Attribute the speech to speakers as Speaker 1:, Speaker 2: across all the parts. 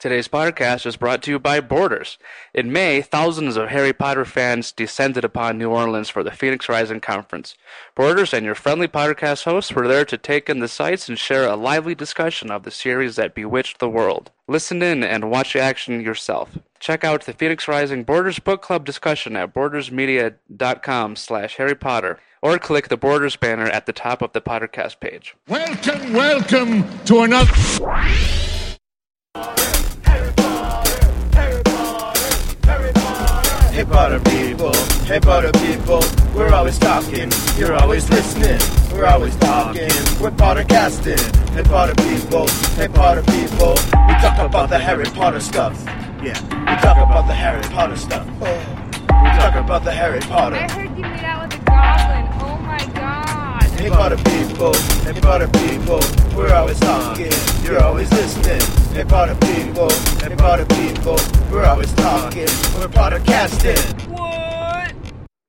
Speaker 1: Today's podcast is brought to you by Borders. In May, thousands of Harry Potter fans descended upon New Orleans for the Phoenix Rising Conference. Borders and your friendly podcast hosts were there to take in the sights and share a lively discussion of the series that bewitched the world. Listen in and watch action yourself. Check out the Phoenix Rising Borders Book Club discussion at bordersmedia.com slash Harry Potter or click the Borders banner at the top of the podcast page.
Speaker 2: Welcome, welcome to another.
Speaker 3: Hey Potter people, hey Potter people, we're always talking, you're always listening, we're always talking, we're Potter casting. Hey Potter people, hey Potter people, we talk about the Harry Potter stuff. Yeah, we talk about the Harry Potter stuff. We talk about the Harry Potter.
Speaker 4: I heard you made out with a goblin. Oh my god.
Speaker 3: Hey Potter people, hey Potter people, we're always talking, you're always listening. Hey Potter people, hey Potter people, we're always talking, we're Potter casting.
Speaker 4: What?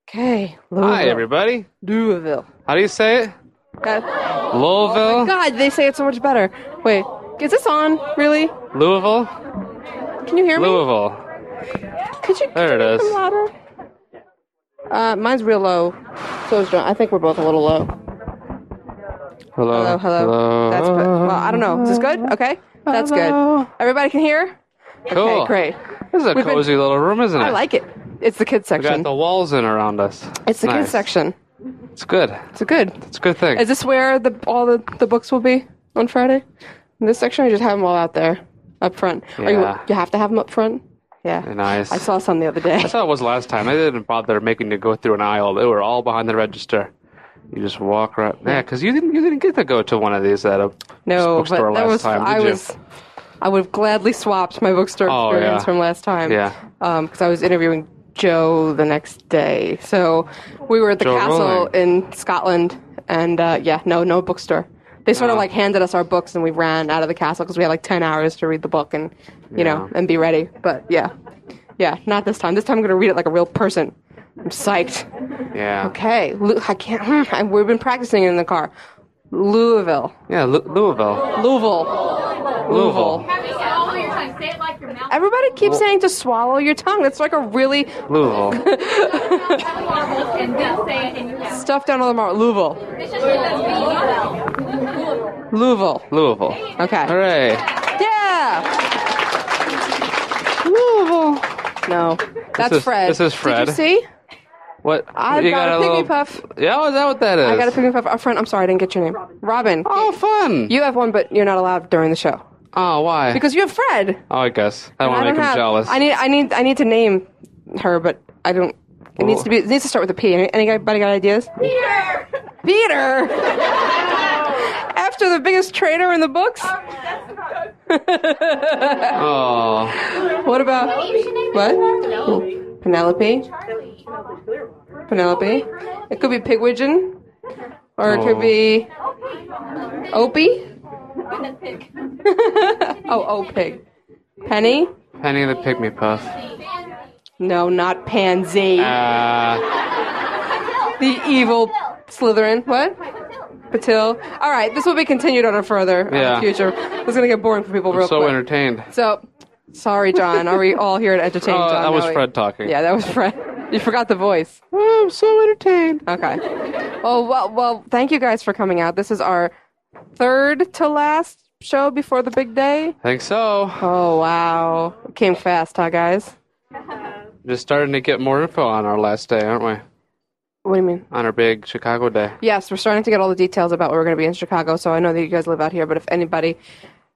Speaker 5: Okay. Louisville.
Speaker 1: Hi, everybody.
Speaker 5: Louisville.
Speaker 1: How do you say it?
Speaker 5: That-
Speaker 1: Louisville?
Speaker 5: God, they say it so much better. Wait, is this on? Really?
Speaker 1: Louisville?
Speaker 5: Can you hear me?
Speaker 1: Louisville.
Speaker 5: Could you?
Speaker 1: There it
Speaker 5: could you
Speaker 1: is.
Speaker 5: make them Louder? Uh, mine's real low. So is John. I think we're both a little low.
Speaker 1: Hello.
Speaker 5: Hello, hello. That's good. Well, I don't know. Is this good? Okay. That's good. Everybody can hear?
Speaker 1: Cool.
Speaker 5: Okay, great.
Speaker 1: This is a
Speaker 5: We've been-
Speaker 1: cozy little room, isn't it?
Speaker 5: I like it. It's the kids
Speaker 1: We got
Speaker 5: section.
Speaker 1: the walls in around us.
Speaker 5: it's the
Speaker 1: nice.
Speaker 5: kids section.
Speaker 1: It's good.
Speaker 5: It's a good.
Speaker 1: It's a good thing.
Speaker 5: Is this where the all the, the books will be on Friday? In this section, or you just have them all out there up front? Or
Speaker 1: Yeah.
Speaker 5: you, you have to have them up front? Yeah.
Speaker 1: nice.
Speaker 5: I saw some the other day.
Speaker 1: That's how it was last time. They didn't bother making you go through an aisle. They were all behind the register. You just walk right. Yeah, because you didn't. You didn't get to go to one of these at a
Speaker 5: No, but
Speaker 1: bookstore
Speaker 5: that
Speaker 1: last
Speaker 5: was
Speaker 1: time, did
Speaker 5: I
Speaker 1: you?
Speaker 5: was I would have gladly swapped my bookstore
Speaker 1: Oh,
Speaker 5: experience
Speaker 1: yeah.
Speaker 5: from last time.
Speaker 1: Yeah.
Speaker 5: because I was interviewing Joe the next day, so we were at the
Speaker 1: Joe
Speaker 5: castle
Speaker 1: Rowling.
Speaker 5: in Scotland, and uh, yeah, no, no bookstore. They sort of
Speaker 1: Oh.
Speaker 5: like handed us our books, and we ran out of the castle because we had like ten hours to read the book and you know
Speaker 1: Yeah.
Speaker 5: and be ready. But yeah, yeah, not this time. This time I'm gonna read it like a real person. I'm psyched.
Speaker 1: Yeah.
Speaker 5: Okay, Lu- I can't. I- We've been practicing in the car. Louisville,
Speaker 1: Yeah. Lu- Louisville.
Speaker 5: Louisville.
Speaker 1: Louisville.
Speaker 4: Say it like your mouth.
Speaker 5: Everybody keeps saying to swallow your tongue. That's like a really
Speaker 1: Louisville.
Speaker 4: And then say it in your mouth.
Speaker 5: stuffed down all the mar- Louisville. Louisville.
Speaker 1: Louisville.
Speaker 5: Okay.
Speaker 1: Hooray!
Speaker 5: Yeah.
Speaker 1: Louisville.
Speaker 5: No, that's
Speaker 1: is-
Speaker 5: Fred.
Speaker 1: this is Fred.
Speaker 5: Did you see?
Speaker 1: What?
Speaker 5: I've
Speaker 1: you
Speaker 5: got,
Speaker 1: got
Speaker 5: a
Speaker 1: little-
Speaker 5: pygmy puff.
Speaker 1: Yeah, oh, is that what that is?
Speaker 5: I got a pygmy puff. Our friend. I'm sorry, I didn't get your name. Robin.
Speaker 1: Oh, fun.
Speaker 5: You have one, but you're not allowed during the show
Speaker 1: oh, why?
Speaker 5: because you have Fred.
Speaker 1: oh, I guess I don't
Speaker 5: I
Speaker 1: want to
Speaker 5: don't
Speaker 1: make him
Speaker 5: have-
Speaker 1: jealous.
Speaker 5: I need. I need. I need to name her, but I don't. It needs to be. It needs to start with a P. Any- Anybody got ideas?
Speaker 4: Peter!
Speaker 5: Peter. After the biggest traitor in the books.
Speaker 1: Oh,
Speaker 5: What about what? Penelope. Penelope. It could be Pigwidgeon, or it could
Speaker 1: Oh.
Speaker 5: be Opie. oh, O Pig. Penny.
Speaker 1: Penny the Pygmy Puff.
Speaker 5: No, not Pansy.
Speaker 1: Uh,
Speaker 5: the evil Slytherin. What? Patil. All right, this will be continued on a further uh,
Speaker 1: Yeah.
Speaker 5: future. This is gonna get boring for people real
Speaker 1: so
Speaker 5: quick.
Speaker 1: entertained.
Speaker 5: so, sorry, John. Are we all here to entertain
Speaker 1: Oh,
Speaker 5: John?
Speaker 1: that was
Speaker 5: Now we-
Speaker 1: Fred talking. Oh,
Speaker 5: Yeah, that was Fred. You forgot the voice.
Speaker 1: I'm so entertained.
Speaker 5: Okay. Well, well, well. Thank you guys for coming out. This is our third to last show before the big day.
Speaker 1: I think so.
Speaker 5: Oh wow, it came fast, huh, guys?
Speaker 1: Just starting to get more info on our last day, aren't we?
Speaker 5: What do you mean?
Speaker 1: On our big Chicago day.
Speaker 5: Yes, we're starting to get all the details about where we're going to be in Chicago. So I know that you guys live out here, but if anybody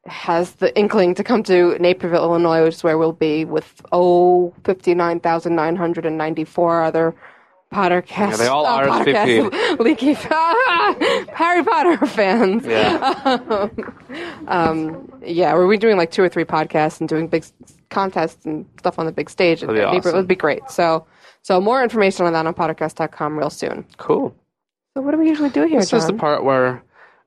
Speaker 5: has the inkling to come to Naperville, Illinois, which is where we'll be with oh fifty nine thousand nine hundred and ninety four other Pottercast, yeah,
Speaker 1: they all RSVP.
Speaker 5: Pottercast, leaky Harry Potter fans. Um,
Speaker 1: Yeah.
Speaker 5: Yeah, we're we doing like two or three podcasts and doing big s- contests and stuff on the big stage.
Speaker 1: That'd be
Speaker 5: It'd
Speaker 1: awesome.
Speaker 5: It would be great. So, so more information on that on podcast.com real soon.
Speaker 1: cool.
Speaker 5: So, what do we usually do here,
Speaker 1: This
Speaker 5: John?
Speaker 1: is the part where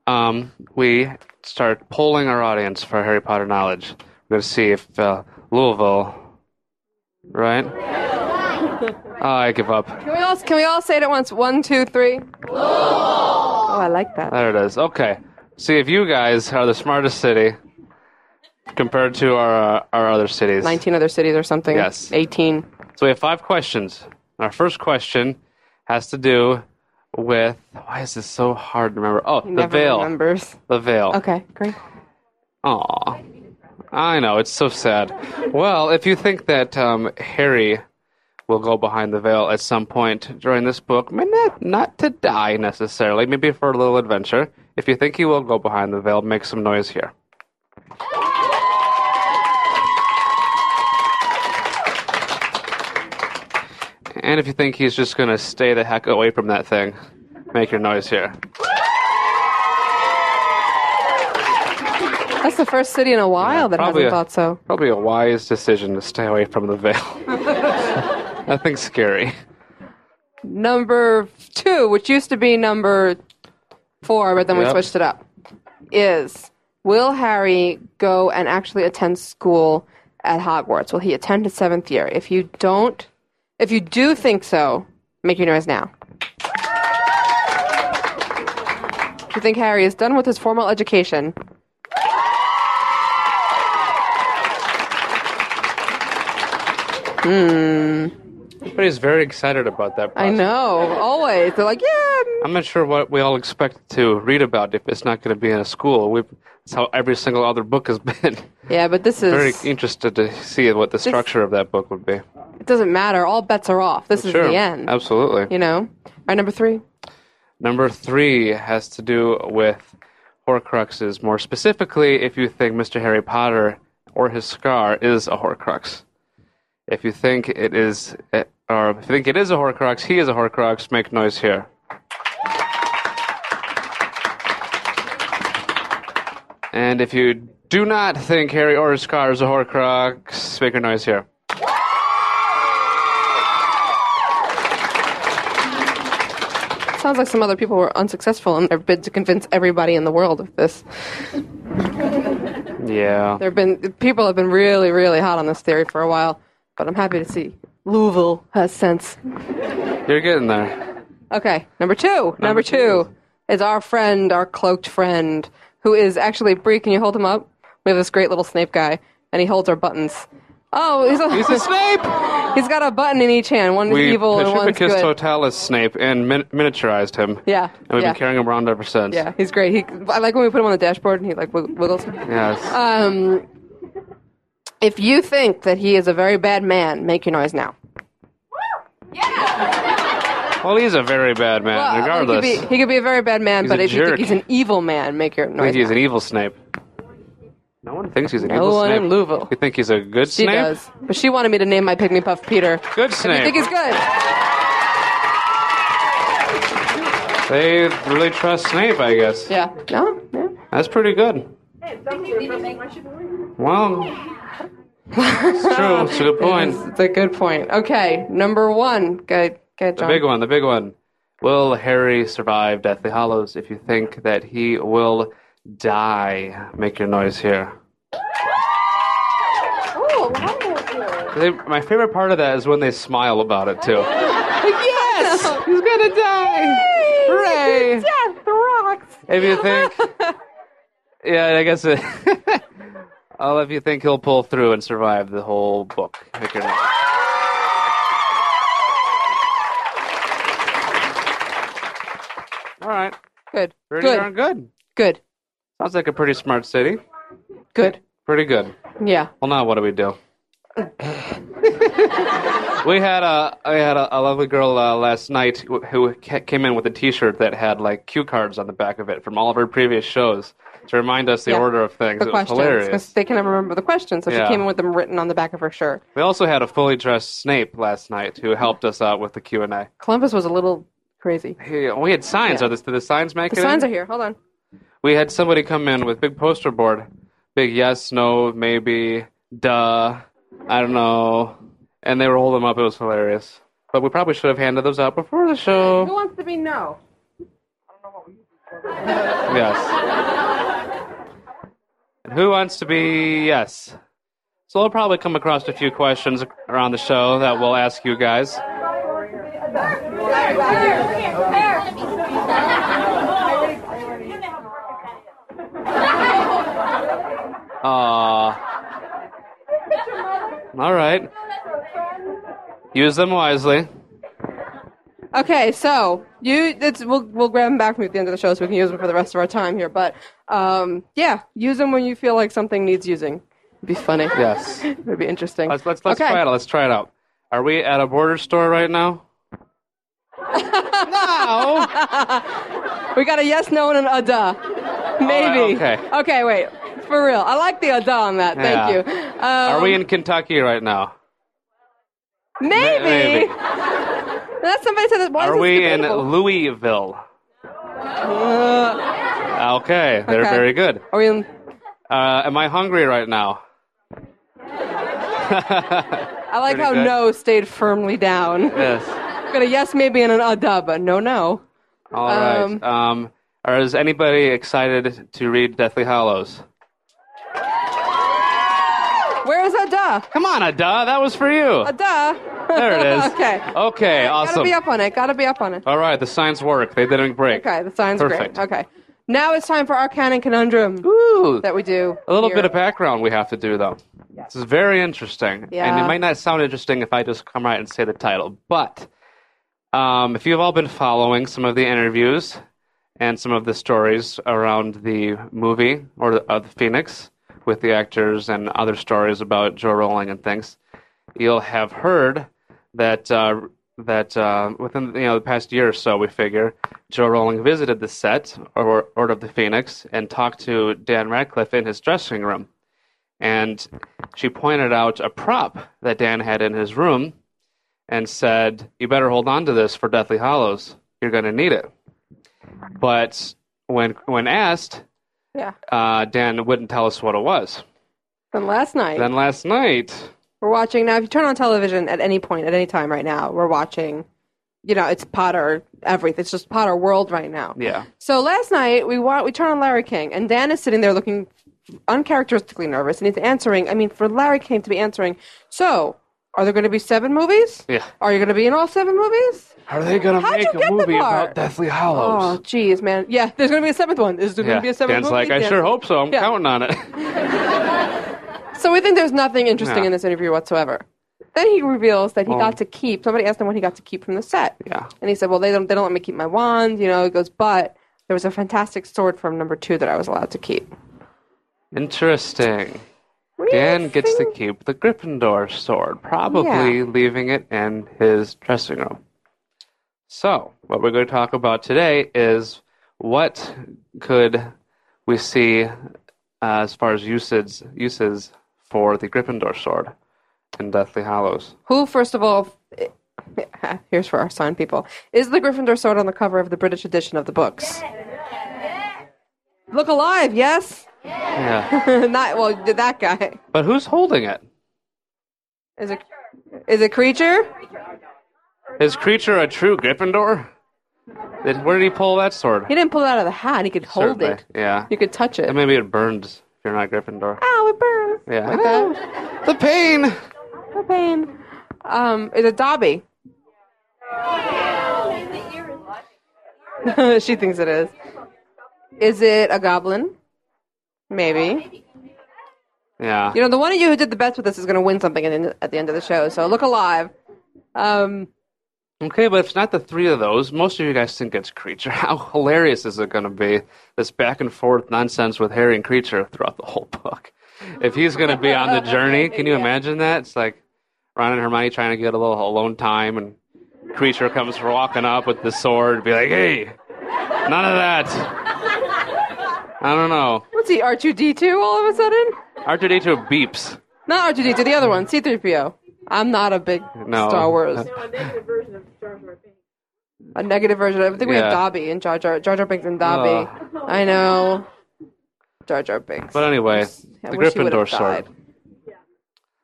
Speaker 1: um, we start polling our audience for Harry Potter knowledge. We're going to see if uh, Louisville, right? Oh, I give up.
Speaker 5: Can we all can we all say it at once? One, two, three. Oh, I like that.
Speaker 1: There it is. Okay. See if you guys are the smartest city compared to our uh, our other cities.
Speaker 5: 19 other cities or something.
Speaker 1: Yes.
Speaker 5: 18.
Speaker 1: So we have five questions. Our first question has to do with why is this so hard to remember? Oh, the
Speaker 5: Never
Speaker 1: veil.
Speaker 5: remembers.
Speaker 1: The veil.
Speaker 5: Okay, great.
Speaker 1: Aw. I know, it's so sad. Well, if you think that um, Harry will go behind the veil at some point during this book, may not, not to die necessarily, maybe for a little adventure. If you think he will go behind the veil, make some noise here. And if you think he's just going to stay the heck away from that thing, make your noise here.
Speaker 5: That's the first city in a while that
Speaker 1: probably
Speaker 5: hasn't
Speaker 1: a-
Speaker 5: thought so.
Speaker 1: Probably a wise decision to stay away from the veil. that thing's scary.
Speaker 5: Number two, which used to be number four, but then we
Speaker 1: Yep.
Speaker 5: switched it up, is will Harry go and actually attend school at Hogwarts? Will he attend his seventh year? If you don't, if you do think so, make your noise now. Do you think Harry is done with his formal education?
Speaker 1: Everybody's very excited about that.
Speaker 5: Hmm. I
Speaker 1: Process.
Speaker 5: know, always. They're like, yeah,
Speaker 1: I'm not sure what we all expect to read about if it's not going to be in a school. We've, that's how every single other book has been.
Speaker 5: yeah, but this is
Speaker 1: very interested to see what the structure of that book would be.
Speaker 5: it. Doesn't matter. All bets are off. This is
Speaker 1: Sure,
Speaker 5: the end.
Speaker 1: absolutely.
Speaker 5: You know. All right, number three.
Speaker 1: Number three has to do with Horcruxes. More specifically, if you think Mr. Harry Potter or his scar is a Horcrux. If you think it is, eh, or if you think it is a Horcrux, he is a Horcrux. Make noise here. And if you do not think Harry or his scar is a Horcrux, make a noise here.
Speaker 5: Sounds like some other people were unsuccessful in their bid to convince everybody in the world of this.
Speaker 1: Yeah.
Speaker 5: There have been people have been really, really hot on this theory for a while, but I'm happy to see Louisville has sense.
Speaker 1: You're getting there.
Speaker 5: Okay, number two. Number,
Speaker 1: two.
Speaker 5: two is our friend, our cloaked friend, who is actually Bree. Can you hold him up? We have this great little Snape guy, and he holds our buttons. Oh, he's,
Speaker 1: He's
Speaker 5: a,
Speaker 1: a Snape!
Speaker 5: he's got a button in each hand. One is
Speaker 1: We
Speaker 5: evil and one's
Speaker 1: Pacificus
Speaker 5: good.
Speaker 1: Totalis Snape and min- miniaturized him.
Speaker 5: Yeah,
Speaker 1: And we've
Speaker 5: yeah.
Speaker 1: been carrying him around ever since.
Speaker 5: yeah, he's great. He, I like when we put him on the dashboard and he like wig- wiggles.
Speaker 1: Yes.
Speaker 5: Um, if you think that he is a very bad man, make your noise now.
Speaker 1: well, he's a very bad man,
Speaker 5: Well,
Speaker 1: regardless.
Speaker 5: he, could be, he could be a very bad man,
Speaker 1: He's
Speaker 5: but
Speaker 1: a
Speaker 5: if you
Speaker 1: jerk.
Speaker 5: think he's an evil man, make your
Speaker 1: I
Speaker 5: noise.
Speaker 1: think he's
Speaker 5: now.
Speaker 1: an evil Snape. No one thinks he's an
Speaker 5: No
Speaker 1: evil
Speaker 5: one
Speaker 1: Snape.
Speaker 5: in Louisville.
Speaker 1: You think he's a good
Speaker 5: she
Speaker 1: Snape?
Speaker 5: does, but she wanted me to name my pygmy puff Peter.
Speaker 1: Good
Speaker 5: If you
Speaker 1: Snape.
Speaker 5: think he's good,
Speaker 1: They really trust Snape, I guess.
Speaker 5: yeah, no, yeah.
Speaker 1: That's pretty good. Well, it's true. It's a good point.
Speaker 5: It's a good point. Okay, number one, good, good,
Speaker 1: The
Speaker 5: John.
Speaker 1: big one, the big one. Will Harry survive Deathly Hollows? If you think that he will die, make your noise here. They, my favorite part of that is when they smile about it too.
Speaker 5: Yes, he's gonna die.
Speaker 1: Hooray!
Speaker 5: Death rocks.
Speaker 1: If you think, yeah, I guess. It, I'll if you think he'll pull through and survive the whole book. Make your noise. All right,
Speaker 5: Good,
Speaker 1: pretty darn
Speaker 5: good,
Speaker 1: good.
Speaker 5: good,
Speaker 1: Sounds like a pretty smart city.
Speaker 5: good.
Speaker 1: Pretty good.
Speaker 5: Yeah.
Speaker 1: Well, now what do we do? we had a I had a, a lovely girl uh, last night who, who ca- came in with a T-shirt that had like cue cards on the back of it from all of her previous shows to remind us the
Speaker 5: Yeah.
Speaker 1: order of things.
Speaker 5: the
Speaker 1: it was
Speaker 5: questions
Speaker 1: hilarious.
Speaker 5: because they can never remember the questions. So
Speaker 1: Yeah.
Speaker 5: she came in with them written on the back of her shirt.
Speaker 1: We also had a fully dressed Snape last night who helped us out with the Q and A.
Speaker 5: Columbus was a little crazy.
Speaker 1: Hey, We had signs.
Speaker 5: Yeah.
Speaker 1: Are this, did the signs make
Speaker 5: The
Speaker 1: it? in?
Speaker 5: signs are here. Hold on.
Speaker 1: we had somebody come in with big poster board, big yes, no, maybe, duh, I don't know, and they were holding them up. It was hilarious. But we probably should have handed those out before the
Speaker 5: Who
Speaker 1: show.
Speaker 5: wants to be no?
Speaker 1: Yes. And who wants to be yes? So we'll probably come across a few questions around the show that we'll ask you guys. Aw. All right. Use them wisely.
Speaker 5: Okay, so you it's, we'll we'll grab them back from you at the end of the show so we can use them for the rest of our time here. But um, yeah, use them when you feel like something needs using. It'd be funny.
Speaker 1: Yes.
Speaker 5: It'd be interesting.
Speaker 1: Let's let's let's
Speaker 5: Okay.
Speaker 1: try it out. Let's try it out. Are we at a border store right now? no.
Speaker 5: We got a yes, no, and an uh duh. Maybe.
Speaker 1: Oh, okay.
Speaker 5: Okay, wait. For real. I like the uh duh on that.
Speaker 1: Yeah.
Speaker 5: Thank you. Um,
Speaker 1: Are we in Kentucky right now?
Speaker 5: Maybe.
Speaker 1: maybe.
Speaker 5: That's somebody said that. Why
Speaker 1: Are
Speaker 5: is this
Speaker 1: we in
Speaker 5: debatable?
Speaker 1: Louisville?
Speaker 5: Uh,
Speaker 1: okay, they're
Speaker 5: okay.
Speaker 1: very good.
Speaker 5: Are we in?
Speaker 1: Uh, am I hungry right now?
Speaker 5: I like
Speaker 1: Pretty
Speaker 5: how
Speaker 1: good.
Speaker 5: no stayed firmly down.
Speaker 1: Yes.
Speaker 5: Got a yes, maybe, and an uh duh, but no, no.
Speaker 1: All right.
Speaker 5: Um,
Speaker 1: um, are, is anybody excited to read Deathly Hollows?
Speaker 5: Where is a duh?
Speaker 1: Come on, Ada, that was for you.
Speaker 5: A duh.
Speaker 1: There it is.
Speaker 5: okay.
Speaker 1: Okay,
Speaker 5: Gotta
Speaker 1: awesome.
Speaker 5: be up on it. Gotta be up on it.
Speaker 1: All right, the signs work. They didn't break.
Speaker 5: Okay, the sign's
Speaker 1: Perfect.
Speaker 5: great. Okay. Now it's time for our canon conundrum
Speaker 1: Ooh,
Speaker 5: that we do.
Speaker 1: a little
Speaker 5: here.
Speaker 1: bit of background we have to do, though. This is very interesting. And
Speaker 5: Yeah.
Speaker 1: it might not sound interesting if I just come right and say the title. But um, if you've all been following some of the interviews and some of the stories around the movie or the, of the Phoenix with the actors and other stories about Joe Rowling and things, you'll have heard that uh, that uh, within you know the past year or so, we figure Joe Rowling visited the set or or of the Phoenix and talked to Dan Radcliffe in his dressing room, and she pointed out a prop that Dan had in his room, and said, "You better hold on to this for Deathly Hollows. You're going to need it." But when when asked,
Speaker 5: Yeah.
Speaker 1: uh, Dan wouldn't tell us what it was.
Speaker 5: Then last night.
Speaker 1: Then last night,
Speaker 5: We're watching now. If you turn on television at any point, at any time right now, we're watching. You know, it's Potter everything. It's just Potter world right now.
Speaker 1: yeah,
Speaker 5: So last night we wa- we turn on Larry King, and Dan is sitting there looking uncharacteristically nervous, and he's answering. I mean, for Larry King to be answering, so are there going to be seven movies?
Speaker 1: Yeah.
Speaker 5: Are you going to be in all seven movies?
Speaker 1: Are they gonna
Speaker 5: How'd
Speaker 1: make
Speaker 5: you
Speaker 1: a
Speaker 5: get the
Speaker 1: movie
Speaker 5: part?
Speaker 1: about Deathly
Speaker 5: Oh,
Speaker 1: Hollows?
Speaker 5: jeez, man. Yeah, there's going to be a seventh one. Is there
Speaker 1: yeah.
Speaker 5: going to be a seventh
Speaker 1: Dan's
Speaker 5: movie?
Speaker 1: like, I
Speaker 5: Dan-
Speaker 1: sure hope so. I'm
Speaker 5: Yeah.
Speaker 1: counting on it.
Speaker 5: So we think there's nothing interesting
Speaker 1: Yeah.
Speaker 5: in this interview whatsoever. Then he reveals that he
Speaker 1: Well-
Speaker 5: got to keep. Somebody asked him what he got to keep from the set.
Speaker 1: Yeah.
Speaker 5: And he said, "Well, they don't. They don't let me keep my wand." You know, he goes, "But there was a fantastic sword from number two that I was allowed to keep."
Speaker 1: Interesting. Dan gets to
Speaker 5: Really?
Speaker 1: keep the Gryffindor sword, probably
Speaker 5: Yeah.
Speaker 1: leaving it in his dressing room. So, what we're going to talk about today is what could we see uh, as far as uses uses for the Gryffindor sword in Deathly Hollows.
Speaker 5: Who, first of all, f- here's for our sign people, is the Gryffindor sword on the cover of the British edition of the books? Look alive, yes.
Speaker 1: Yeah.
Speaker 5: Not well. did That guy
Speaker 1: but who's holding it?
Speaker 5: is a is a creature.
Speaker 1: Is creature a true Gryffindor? Did, where did he pull that sword?
Speaker 5: He didn't pull it out of the hat. He could hold
Speaker 1: Certainly,
Speaker 5: it.
Speaker 1: Yeah.
Speaker 5: You could touch it.
Speaker 1: And maybe it burns if you're not Gryffindor.
Speaker 5: Ow, it burns.
Speaker 1: Yeah.
Speaker 5: Like that.
Speaker 1: Ah. The pain.
Speaker 5: The pain. Um, is it Dobby? she thinks it is. Is it a goblin? Maybe.
Speaker 1: Yeah.
Speaker 5: You know, the one of you who did the best with this is going to win something at the, at the end of the show. So look alive. Um,
Speaker 1: Okay, but if it's not the three of those, most of you guys think it's Creature. How hilarious is it going to be? This back and forth nonsense with Harry and Creature throughout the whole book. If he's going to be on the journey, can you imagine that? It's like Ron and Hermione trying to get a little alone time, and Creature comes walking up with the sword and be like, hey, none of that. I don't know.
Speaker 5: what's he? R two D two? All of a sudden?
Speaker 1: R2D2 beeps.
Speaker 5: Not R two D two. The other one, C three PO. I'm not a big
Speaker 1: No.
Speaker 5: Star
Speaker 6: No,
Speaker 5: Wars.
Speaker 6: a negative version of Jar Jar Binks.
Speaker 5: A negative version. of I think we
Speaker 1: Yeah. Oh.
Speaker 5: have Dobby and Jar Jar Jar Jar Binks and Dobby. I know. Jar Jar Binks.
Speaker 1: But anyway,
Speaker 5: I
Speaker 1: the
Speaker 5: wish he would've
Speaker 1: Gryffindor sword.
Speaker 5: died.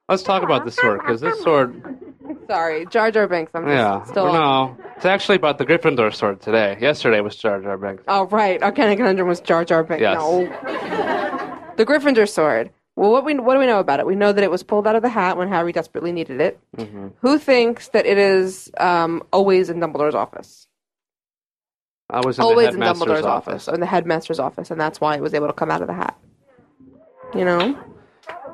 Speaker 1: Let's talk about this sword because this sword,
Speaker 5: Sorry, Jar Jar Binks. I'm just
Speaker 1: yeah,
Speaker 5: still.
Speaker 1: no, it's actually about the Gryffindor sword today. Yesterday was Jar Jar Binks.
Speaker 5: Oh right, our canon conundrum was Jar Jar Binks.
Speaker 1: Yes.
Speaker 5: No. the Gryffindor sword. Well, what we what do we know about it? We know that it was pulled out of the hat when Harry desperately needed it. Who thinks that it is um, always in Dumbledore's office?
Speaker 1: I was in
Speaker 5: always
Speaker 1: the
Speaker 5: in
Speaker 1: headmaster's
Speaker 5: Dumbledore's office.
Speaker 1: office.
Speaker 5: or in the headmaster's office, and that's why it was able to come out of the hat. You know,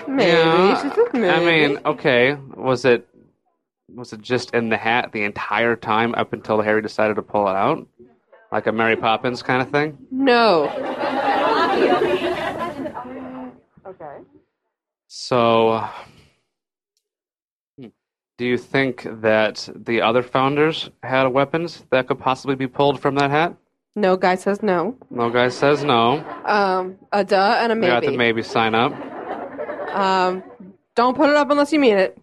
Speaker 5: maybe
Speaker 1: Yeah,
Speaker 5: she said maybe.
Speaker 1: I mean, okay. Was it was it just in the hat the entire time up until Harry decided to pull it out? Like a Mary Poppins kind of thing?
Speaker 5: no.
Speaker 1: So hmm, do you think that the other founders had weapons that could possibly be pulled from that hat?
Speaker 5: No guy says no.
Speaker 1: No guy says no.
Speaker 5: Um, a duh and a
Speaker 1: We got the
Speaker 5: maybe.
Speaker 1: maybe sign up.
Speaker 5: um, don't put it up unless you mean it.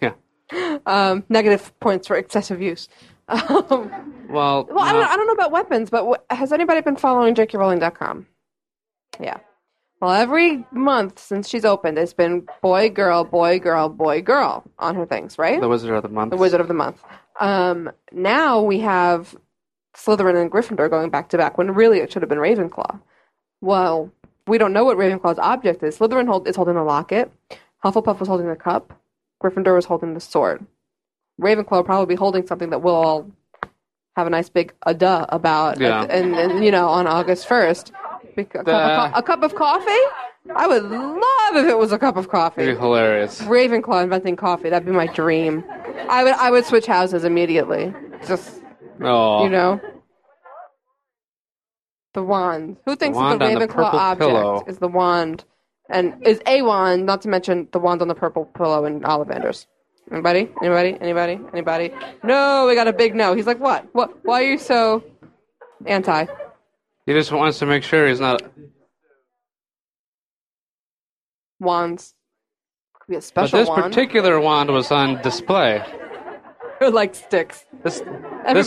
Speaker 1: Yeah.
Speaker 5: Um, negative points for excessive use. Um,
Speaker 1: Well,
Speaker 5: well, I,
Speaker 1: no.
Speaker 5: don't, I don't know about weapons, but wh- has anybody been following JKRowling.com? Yeah. Well, every month since she's opened, it's been boy, girl, boy, girl, boy, girl on her things, right?
Speaker 1: the Wizard of the Month.
Speaker 5: the Wizard of the Month. Um, now we have Slytherin and Gryffindor going back to back when really it should have been Ravenclaw. Well, we don't know what Ravenclaw's object is. Slytherin hold, is holding a locket. Hufflepuff was holding the cup. Gryffindor was holding the sword. Ravenclaw will probably be holding something that we'll all have a nice big uh duh about,
Speaker 1: Yeah.
Speaker 5: at- and, and, you know on August first. A, cu- a
Speaker 1: Duh.
Speaker 5: cu- a cup of coffee? I would love if it was a cup of coffee.
Speaker 1: Pretty hilarious.
Speaker 5: Ravenclaw inventing coffee. That'd be my dream. I would I would switch houses immediately. Just
Speaker 1: Oh,
Speaker 5: you know. The wand. Who thinks that
Speaker 1: wand
Speaker 5: the
Speaker 1: on the
Speaker 5: Ravenclaw
Speaker 1: purple
Speaker 5: object
Speaker 1: pillow.
Speaker 5: is the wand and is a wand, not to mention the wand on the purple pillow in Ollivander's. Anybody? Anybody? Anybody? Anybody? No, we got a big no. He's like, what? What why are you so anti?
Speaker 1: he just wants to make sure he's not.
Speaker 5: Wands. Could be a
Speaker 1: But
Speaker 5: special
Speaker 1: this
Speaker 5: wand.
Speaker 1: particular wand was on display.
Speaker 5: Or like sticks.
Speaker 1: This
Speaker 5: Everybody's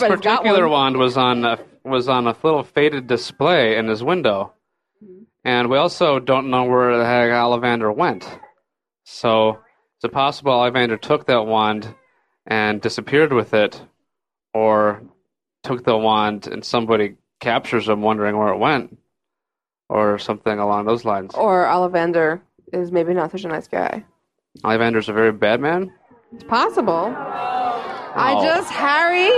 Speaker 1: this
Speaker 5: got
Speaker 1: particular
Speaker 5: one.
Speaker 1: wand was on a, was on a little faded display in his window,
Speaker 5: Mm-hmm.
Speaker 1: and we also don't know where the heck Ollivander went. So it's possible Ollivander took that wand and disappeared with it, or took the wand and somebody captures him wondering where it went, or something along those lines.
Speaker 5: Or Ollivander is maybe not such a nice guy.
Speaker 1: Ollivander's a very bad man.
Speaker 5: possible. I
Speaker 1: Oh.
Speaker 5: just Harry.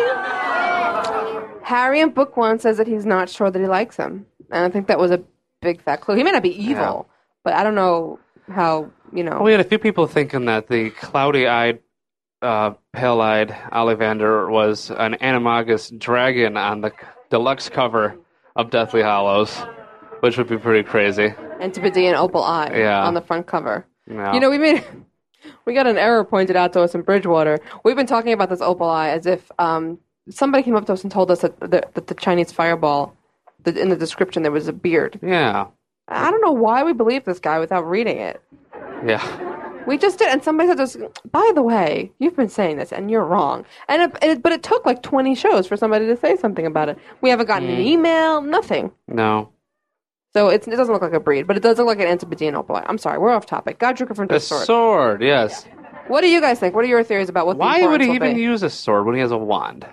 Speaker 5: Harry in book one says that he's not sure that he likes him, and I think that was a big fat clue. He may not be evil, but I don't know how you know.
Speaker 1: Well, we had a few people thinking that the cloudy-eyed, uh, pale-eyed Ollivander was an animagus dragon on the c- deluxe cover of Deathly Hollows, which would be pretty crazy.
Speaker 5: Antipode and Opal Eye
Speaker 1: Yeah.
Speaker 5: on the front cover.
Speaker 1: No.
Speaker 5: You know, we made we got an error pointed out to us in Bridgewater. We've been talking about this opal eye as if um, somebody came up to us and told us that the, that the Chinese fireball, that in the description there was a beard.
Speaker 1: yeah,
Speaker 5: I don't know why we believe this guy without reading it.
Speaker 1: yeah,
Speaker 5: We just did, and somebody said to us, "By the way, you've been saying this, and you're wrong." And it, it, but it took like 20 shows for somebody to say something about it. We haven't gotten
Speaker 1: Mm.
Speaker 5: an email, nothing.
Speaker 1: no.
Speaker 5: So it's, it doesn't look like a breed, but it does look like an Antipodean opal. I'm sorry, we're off topic. Godric from
Speaker 1: A
Speaker 5: the sword.
Speaker 1: sword, yes.
Speaker 5: what do you guys think? What are your theories about what?
Speaker 1: Why
Speaker 5: the
Speaker 1: would he even
Speaker 5: Because
Speaker 1: use a sword when he has a wand?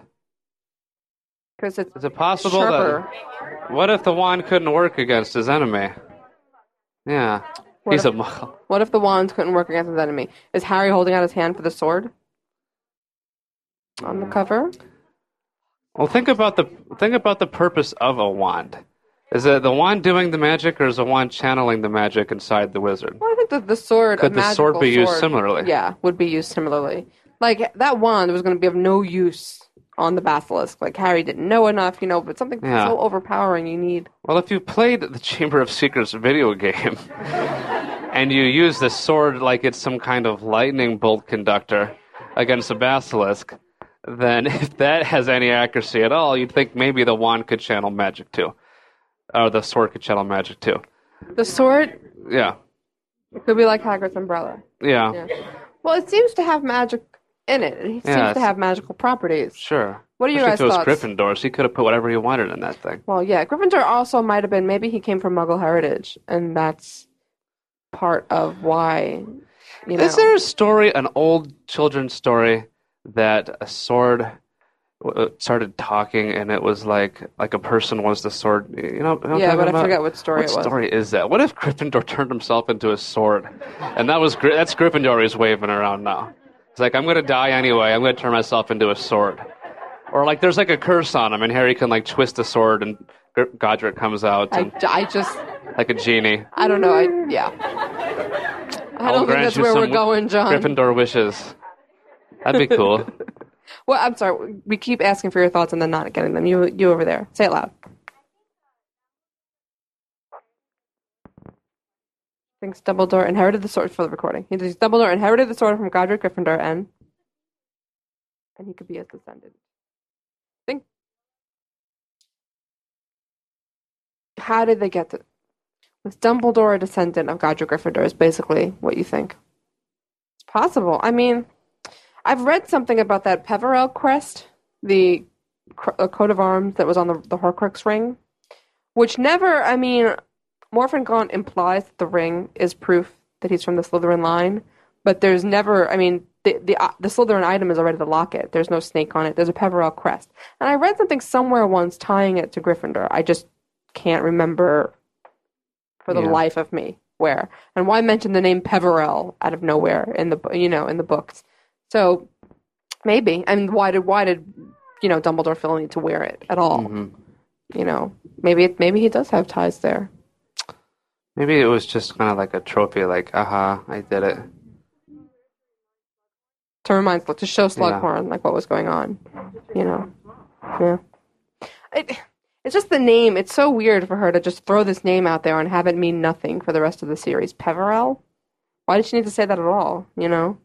Speaker 5: it's
Speaker 1: Is it possible
Speaker 5: sharper.
Speaker 1: that what if the wand couldn't work against his enemy? Yeah,
Speaker 5: What
Speaker 1: he's
Speaker 5: if-
Speaker 1: a muggle.
Speaker 5: What if the wands couldn't work against his enemy? Is Harry holding out his hand for the sword? On the cover,
Speaker 1: Well, think about the think about the purpose of a wand. Is it the wand doing the magic, or is the wand channeling the magic inside the wizard?
Speaker 5: well, I think that the sword.
Speaker 1: Could
Speaker 5: a
Speaker 1: the sword
Speaker 5: magical
Speaker 1: be used similarly?
Speaker 5: Yeah, would be used similarly. Like that wand was going to be of no use on the basilisk. Like Harry didn't know enough, you know. But something
Speaker 1: Yeah.
Speaker 5: so overpowering, you need.
Speaker 1: Well, if you played the Chamber of Secrets video game, and you use the sword like it's some kind of lightning bolt conductor against a basilisk, then if that has any accuracy at all, you'd think maybe the wand could channel magic too, or the sword could channel magic too.
Speaker 5: The sword
Speaker 1: Yeah,
Speaker 5: it could be like Hagrid's umbrella.
Speaker 1: yeah,
Speaker 5: Yeah. Well, it seems to have magic in it. It
Speaker 1: Yeah,
Speaker 5: seems to
Speaker 1: it's-
Speaker 5: have magical properties.
Speaker 1: sure.
Speaker 5: What are your
Speaker 1: Especially
Speaker 5: guys'
Speaker 1: if it
Speaker 5: thoughts?
Speaker 1: was Gryffindors, he could have put whatever he wanted in that thing.
Speaker 5: Well, yeah, Gryffindor also might have been. Maybe he came from Muggle heritage, and that's part of why. You know,
Speaker 1: Is there a story, an old children's story, that a sword uh, started talking and it was like like a person was the sword? You know, you know what I'm
Speaker 5: Yeah,
Speaker 1: talking
Speaker 5: but I
Speaker 1: about?
Speaker 5: forgot what story it was.
Speaker 1: story is that? What if Gryffindor turned himself into a sword, and that was Gry- that's Gryffindor he's waving around now. It's like I'm gonna die anyway. I'm gonna turn myself into a sword, or like there's like a curse on him, and Harry can like twist the sword, and Gr- Godric comes out.
Speaker 5: I,
Speaker 1: And,
Speaker 5: I just
Speaker 1: like a genie.
Speaker 5: I don't know. I yeah. I
Speaker 1: I'll
Speaker 5: don't think
Speaker 1: grant
Speaker 5: that's
Speaker 1: you
Speaker 5: where we're
Speaker 1: some
Speaker 5: going, John.
Speaker 1: Gryffindor wishes. That'd be cool.
Speaker 5: Well, I'm sorry. We keep asking for your thoughts and then not getting them. You, you over there. Say it loud. Thinks Dumbledore inherited the sword for the recording. He thinks Dumbledore inherited the sword from Godric Gryffindor, and and he could be his descendant. Think. How did they get to? Was Dumbledore a descendant of Godric Gryffindor? Is basically what you think. It's possible. I mean. I've read something about that Peverell crest, the cr- uh, coat of arms that was on the, the Horcrux ring, which never, I mean, Morphin Gaunt implies that the ring is proof that he's from the Slytherin line, but there's never, I mean, the, the, uh, the Slytherin item is already the locket. There's no snake on it. There's a Peverell crest. And I read something somewhere once tying it to Gryffindor. I just can't remember for the
Speaker 1: Yeah.
Speaker 5: life of me where. And why mention the name Peverell out of nowhere in the, bu- you know, in the books? So maybe. I mean, why did why did you know Dumbledore feel the need to wear it at
Speaker 1: Hmm.
Speaker 5: all?
Speaker 1: Mm-hmm.
Speaker 5: You know, maybe it, maybe he does have ties there.
Speaker 1: Maybe it was just kind of like a trophy, like, aha, I did it.
Speaker 5: to remind to show
Speaker 1: Yeah.
Speaker 5: Slughorn like what was going on. You know, yeah. It, it's just the name. It's so weird for her to just throw this name out there and have it mean nothing for the rest of the series. Peverell. Why did she need to say that at all? You know.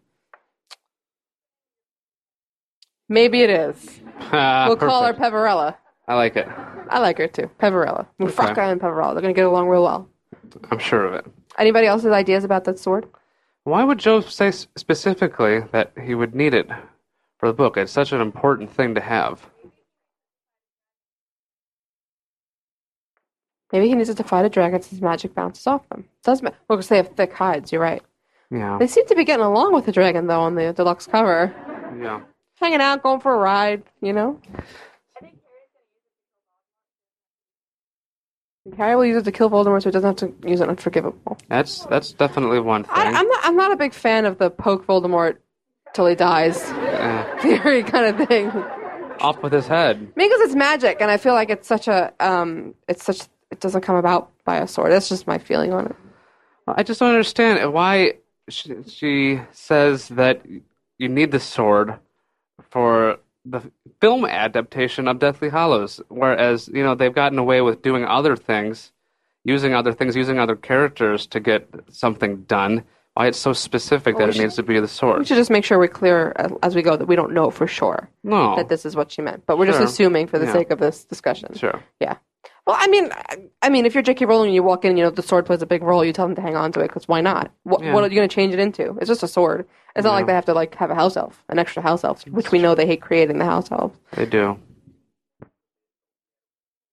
Speaker 5: Maybe it is. We'll call her
Speaker 1: Ah, Perfect.
Speaker 5: Peverella.
Speaker 1: I like it.
Speaker 5: I like her too. Peverella. Mufraka and Peverella. They're going to get along real well.
Speaker 1: I'm sure of it.
Speaker 5: Anybody else's ideas about that sword?
Speaker 1: Why would Joe say s- specifically that he would need it for the book? It's such an important thing to have.
Speaker 5: Maybe he needs it to fight a dragon since magic bounces off them. Does ma- well, 'cause they have thick hides. You're right.
Speaker 1: Yeah.
Speaker 5: They seem to be getting along with the dragon though on the deluxe cover,
Speaker 1: Yeah.
Speaker 5: hanging out, going for a ride. You know. And Harry will use it to kill Voldemort, so he doesn't have to use it on Forgivable.
Speaker 1: That's that's definitely one thing.
Speaker 5: I, I'm not. I'm not a big fan of the poke Voldemort till he dies
Speaker 1: Eh,
Speaker 5: theory kind of thing.
Speaker 1: off with his head.
Speaker 5: Maybe because it's magic, and I feel like it's such a um, it's such it doesn't come about by a sword. That's just my feeling on it.
Speaker 1: I just don't understand why she, she says that you need the sword for the film adaptation of Deathly Hollows, whereas you know they've gotten away with doing other things, using other things, using other characters to get something done. Why it's so specific that it needs to be the
Speaker 5: We
Speaker 1: sword?
Speaker 5: should just make sure we're clear as- as we go that we don't know for sure
Speaker 1: No,
Speaker 5: that this is what she meant, but we're just
Speaker 1: Sure.
Speaker 5: assuming for the
Speaker 1: Yeah.
Speaker 5: sake of this discussion.
Speaker 1: sure.
Speaker 5: Yeah. Well, I mean, I- I mean, if you're J.K. Rowling and you walk in, and you know the sword plays a big role. You tell them to hang on to it because why not? What,
Speaker 1: Yeah.
Speaker 5: what are you going to change it into? It's just a sword. It's not like they have to like have a house elf, an extra house elf, which we know they hate creating the house elves.
Speaker 1: They do.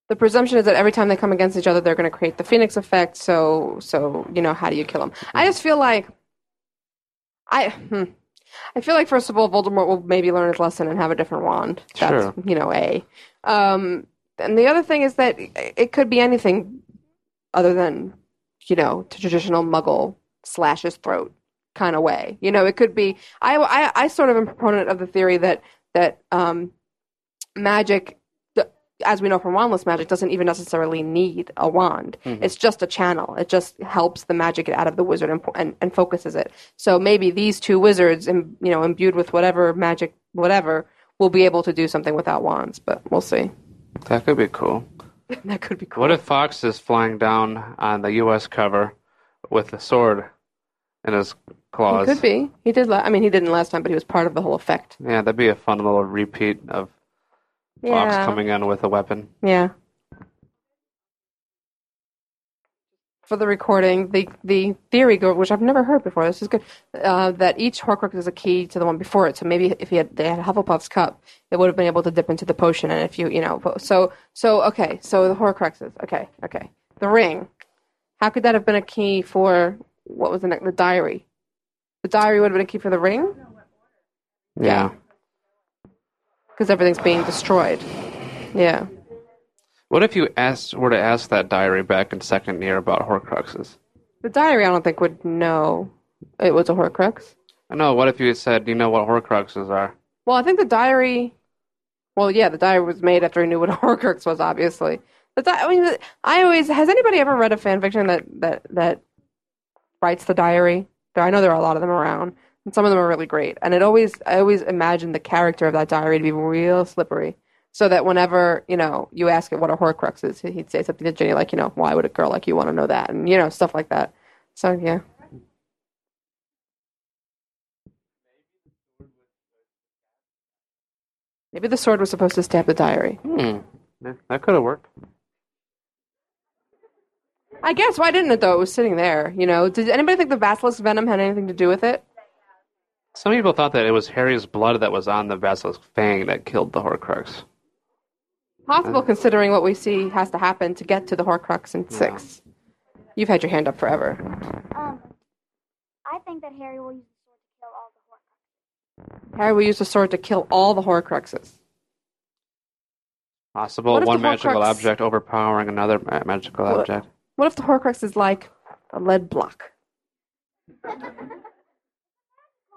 Speaker 5: the presumption is that every time they come against each other they're going to create the phoenix effect so so you know how do you kill them i just feel like i hmm. i feel like first of all voldemort will maybe learn his lesson and have a different wand that's
Speaker 1: Sure.
Speaker 5: you know a um and the other thing is that i- it could be anything other than you know the traditional muggle slash his throat kind of way you know it could be i i, I sort of am a proponent of the theory that that um magic the- as we know from wandless magic doesn't even necessarily need a wand it's just a channel it just helps the magic get out of the wizard and, and, and focuses it so maybe these two wizards im, you know imbued with whatever magic whatever will be able to do something without wands but we'll see
Speaker 1: That could be cool.
Speaker 5: that could be cool
Speaker 1: What if Fox is flying down on the U.S. cover with a sword in his
Speaker 5: he
Speaker 1: claws?
Speaker 5: could be he did la- i mean he didn't last time but he was part of the whole effect
Speaker 1: Yeah, that'd be a fun little repeat of Fox
Speaker 5: yeah
Speaker 1: coming in with a weapon.
Speaker 5: yeah for the recording, the the theory, go- which I've never heard before, this is good, uh, that each Horcrux is a key to the one before it. So maybe if he had, they had Hufflepuff's cup, it would have been able to dip into the potion. And if you, you know, po- so so okay, so the Horcruxes, okay, okay, the ring. How could that have been a key for what was the next, the diary? The diary would have been a key for the ring
Speaker 1: Yeah.
Speaker 5: because everything's being destroyed. Yeah.
Speaker 1: What if you asked were to ask that diary back in second year about Horcruxes?
Speaker 5: The diary, I don't think would know it was a Horcrux.
Speaker 1: I know. What if you said, "You know what Horcruxes are?"
Speaker 5: Well, I think the diary. Well, yeah, the diary was made after he knew what a Horcrux was, obviously. But that, I mean, I always has anybody ever read a fan fiction that that that writes the diary? There, I know there are a lot of them around, and some of them are really great. And it always, I always imagine the character of that diary to be real slippery, so that whenever you know you ask it what a Horcrux is, he'd say something to Jenny like, you know, why would a girl like you want to know that, and you know stuff like that. So yeah, maybe the sword was supposed to stab the diary.
Speaker 1: Hmm. Yeah, that could have worked.
Speaker 5: I guess why didn't it though? It was sitting there. You know, did anybody think the basilisk venom had anything to do with it?
Speaker 1: Some people thought that it was Harry's blood that was on the basilisk fang that killed the Horcrux.
Speaker 5: Possible,
Speaker 1: Uh.
Speaker 5: considering what we see has to happen to get to the Horcrux in six. You've had your hand up forever.
Speaker 7: Um, I think that Harry will use the sword to kill all the Horcruxes.
Speaker 5: Harry will use the sword to kill all the Horcruxes.
Speaker 1: Possible
Speaker 5: What if
Speaker 1: one
Speaker 5: the
Speaker 1: magical
Speaker 5: Horcrux-
Speaker 1: object overpowering another ma- magical
Speaker 5: What-
Speaker 1: object.
Speaker 5: What if the Horcrux is like a lead block? It's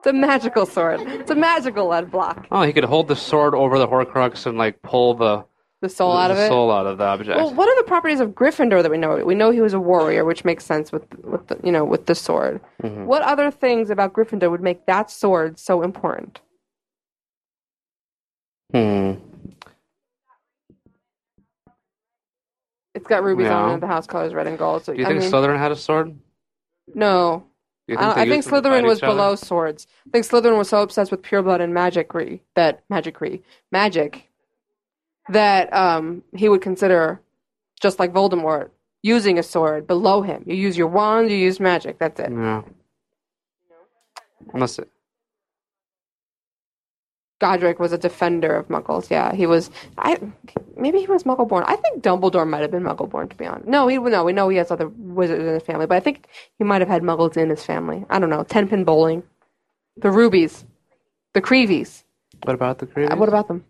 Speaker 5: a magical sword. It's a magical lead block.
Speaker 1: Oh, he could hold the sword over the Horcrux and like pull the,
Speaker 5: The soul out
Speaker 1: the
Speaker 5: of it.
Speaker 1: soul out of the object.
Speaker 5: Well, what are the properties of Gryffindor that we know? We know he was a warrior, which makes sense with with the, you know with the sword.
Speaker 1: Mm-hmm. Hmm.
Speaker 5: What other things about Gryffindor would make that sword so important?
Speaker 1: Hmm.
Speaker 5: It's got rubies on
Speaker 1: Yeah.
Speaker 5: it. The house color is red and gold. So
Speaker 1: Do you
Speaker 5: I
Speaker 1: think
Speaker 5: mean,
Speaker 1: Slytherin had a sword?
Speaker 5: no,
Speaker 1: Do you
Speaker 5: I,
Speaker 1: they
Speaker 5: I think
Speaker 1: used them to fight
Speaker 5: Slytherin was
Speaker 1: each other?
Speaker 5: below swords. I think Slytherin was so obsessed with pure blood and magicry that magicry magic that um, he would consider just like Voldemort using a sword below him. You use your wand, you use magic. That's it.
Speaker 1: Yeah. Unless it,
Speaker 5: Godric was a defender of Muggles. Yeah, he was. I maybe he was Muggleborn. I think Dumbledore might have been Muggleborn. To be honest, no, he no. We know he has other wizards in his family, but I think he might have had Muggles in his family. I don't know. Ten pin bowling, the Rubies, the Creevies.
Speaker 1: what about the creepy?
Speaker 5: Uh, What about them?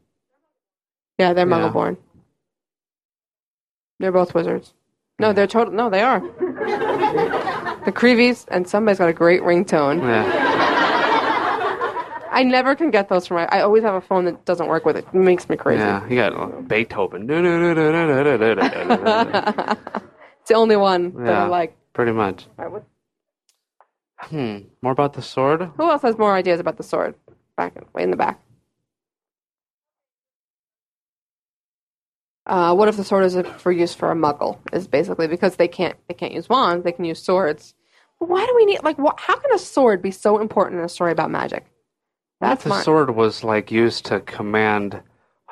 Speaker 5: Yeah, they're
Speaker 1: Yeah.
Speaker 5: Muggleborn. They're both wizards. No, they're total. No, they are. the Creevies and somebody's got a great ringtone.
Speaker 1: Yeah.
Speaker 5: I never can get those from my. I always have a phone that doesn't work with it. It makes me crazy.
Speaker 1: Yeah, he got uh, Beethoven. Yeah,
Speaker 5: It's the only one that I like.
Speaker 1: pretty much. Hmm. More about the sword?
Speaker 5: Who else has more ideas about the sword? Back way in the back. Uh, what if the sword is for use for a muggle? Is basically because they can't they can't use wands, they can use swords. But why do we need like what, how can a sword be so important in a story about magic?
Speaker 1: What if
Speaker 5: That's
Speaker 1: the
Speaker 5: my,
Speaker 1: sword was like used to command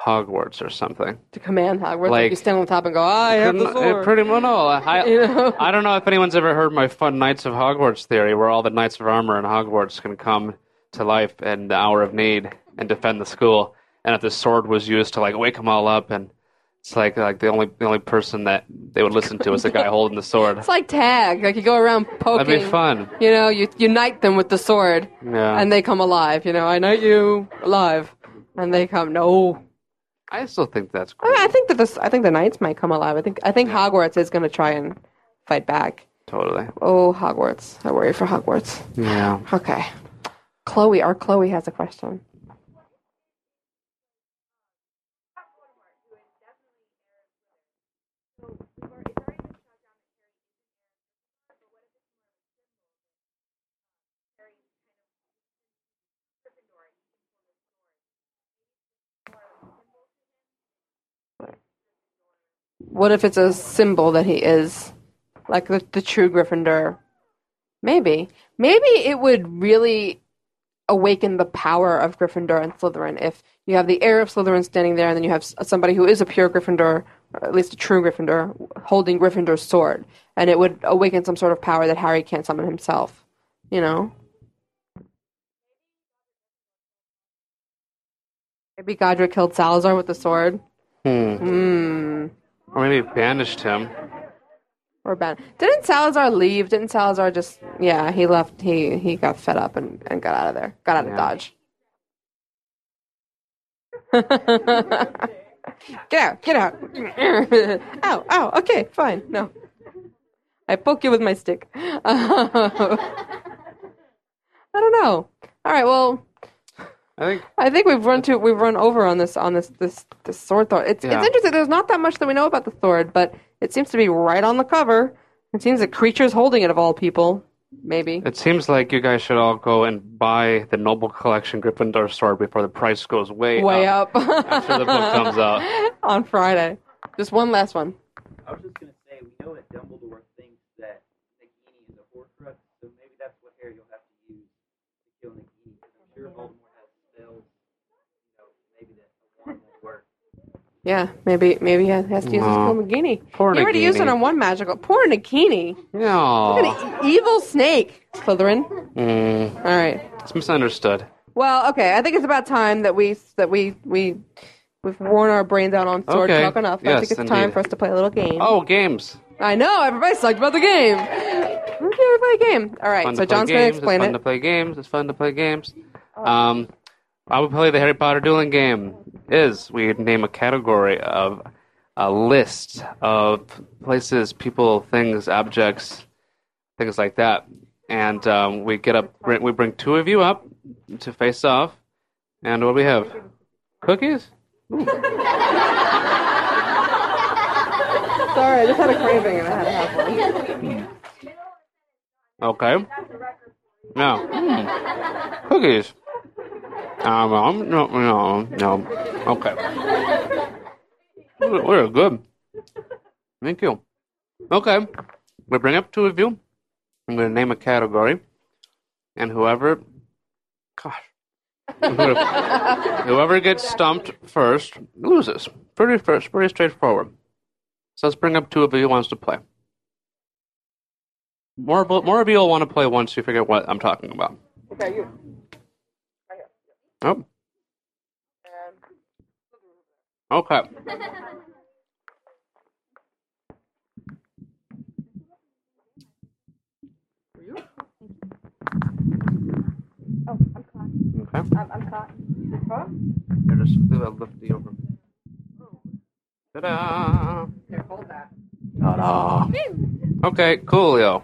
Speaker 1: Hogwarts or something?
Speaker 5: to command Hogwarts. Like,
Speaker 1: Like-
Speaker 5: you stand on top and go, I have the
Speaker 1: Couldn't- it
Speaker 5: sword.
Speaker 1: pretty well, no. I,
Speaker 5: You know?
Speaker 1: I don't know if anyone's ever heard my fun Knights of Hogwarts theory, where all the Knights of Armor in Hogwarts can come to life in the hour of need and defend the school. And if the sword was used to like wake them all up, and it's like like the only the only person that they would listen to is the guy holding the sword.
Speaker 5: It's like tag. Like you go around poking.
Speaker 1: That'd be fun.
Speaker 5: You know, you unite them with the sword.
Speaker 1: Yeah.
Speaker 5: and they come alive. You know, I know you alive, and they come. No,
Speaker 1: I still think that's
Speaker 5: I,
Speaker 1: cool.
Speaker 5: mean, I think that this. I think the knights might come alive. I think. I think Hogwarts is going to try and fight back.
Speaker 1: Totally.
Speaker 5: Oh, Hogwarts! I worry for Hogwarts.
Speaker 1: Yeah.
Speaker 5: Okay, Chloe. Our Chloe has a question. What if it's a symbol that he is like the, the true Gryffindor? Maybe. Maybe it would really awaken the power of Gryffindor and Slytherin if you have the heir of Slytherin standing there and then you have s- somebody who is a pure Gryffindor, or at least a true Gryffindor, holding Gryffindor's sword. And it would awaken some sort of power that Harry can't summon himself. You know? Maybe Godric killed Salazar with the sword.
Speaker 1: Hmm.
Speaker 5: Hmm.
Speaker 1: Or maybe banished him.
Speaker 5: Or Ben. Didn't Salazar leave? Didn't Salazar just? Yeah, he left. He he got fed up and, and got out of there. Got out of
Speaker 1: Yeah.
Speaker 5: Dodge. get out! Get out! ow! Ow! Okay, fine. No, I poke you with my stick. I don't know. All right. Well,
Speaker 1: I think
Speaker 5: I think we've run to we've run over on this on this this this sword thorn. It's
Speaker 1: Yeah.
Speaker 5: it's interesting. There's not that much that we know about the sword, but it seems to be right on the cover. It seems the creature's holding it of all people. Maybe
Speaker 1: it seems like you guys should all go and buy the Noble Collection Gryffindor sword before the price goes way
Speaker 5: way up after
Speaker 1: the book comes out.
Speaker 5: on Friday. Just one last one.
Speaker 8: I was just gonna say, we know that Dumbledore thinks that Nagini is a Horcrux, so maybe that's what Harry will have to use to kill Nagini. 'cause I'm sure Voldemort has spells. You know, maybe that a wand will work.
Speaker 5: Yeah, maybe maybe he has to use
Speaker 1: Aw.
Speaker 5: his cool Nagini.
Speaker 1: Poor
Speaker 5: he already used it
Speaker 1: Nagini.
Speaker 5: on one magical. Poor Nagini.
Speaker 1: Yeah,
Speaker 5: Evil snake, Slytherin.
Speaker 1: mm,
Speaker 5: All right.
Speaker 1: it's misunderstood.
Speaker 5: Well, okay. I think it's about time that we that we we we've worn our brains out on sword
Speaker 1: Okay.
Speaker 5: talk enough. I
Speaker 1: Yes,
Speaker 5: think it's
Speaker 1: indeed.
Speaker 5: time for us to play a little game.
Speaker 1: Oh, games.
Speaker 5: I know everybody's psyched about the game. Okay, we play a game. All right.
Speaker 1: Fun
Speaker 5: so
Speaker 1: to play
Speaker 5: John's
Speaker 1: games.
Speaker 5: going to explain
Speaker 1: it's
Speaker 5: it.
Speaker 1: fun to play games. It's fun to play games. Um, I would play the Harry Potter dueling game. Is we name a category of a list of places, people, things, objects, things like that, and um, we get up. br- We bring two of you up to face off, and what do we have? Cookies.
Speaker 5: Sorry, I just had a craving and I had to have one.
Speaker 1: Okay. No. Cookies. Um, um, no, no, no. Okay. We're we're good. Thank you. Okay. We bring up two of you. I'm going to name a category. And whoever. Gosh. whoever gets stumped first loses. Pretty, first, pretty straightforward. So let's bring up two of you who wants to play. More of, more of you will want to play once you figure out what I'm talking about. Okay, you. Oh. Okay.
Speaker 7: Oh, I'm caught.
Speaker 1: Okay.
Speaker 7: I'm, I'm caught.
Speaker 1: Here, just uh, lift the over. Ta-da! Ta-da! Okay, coolio.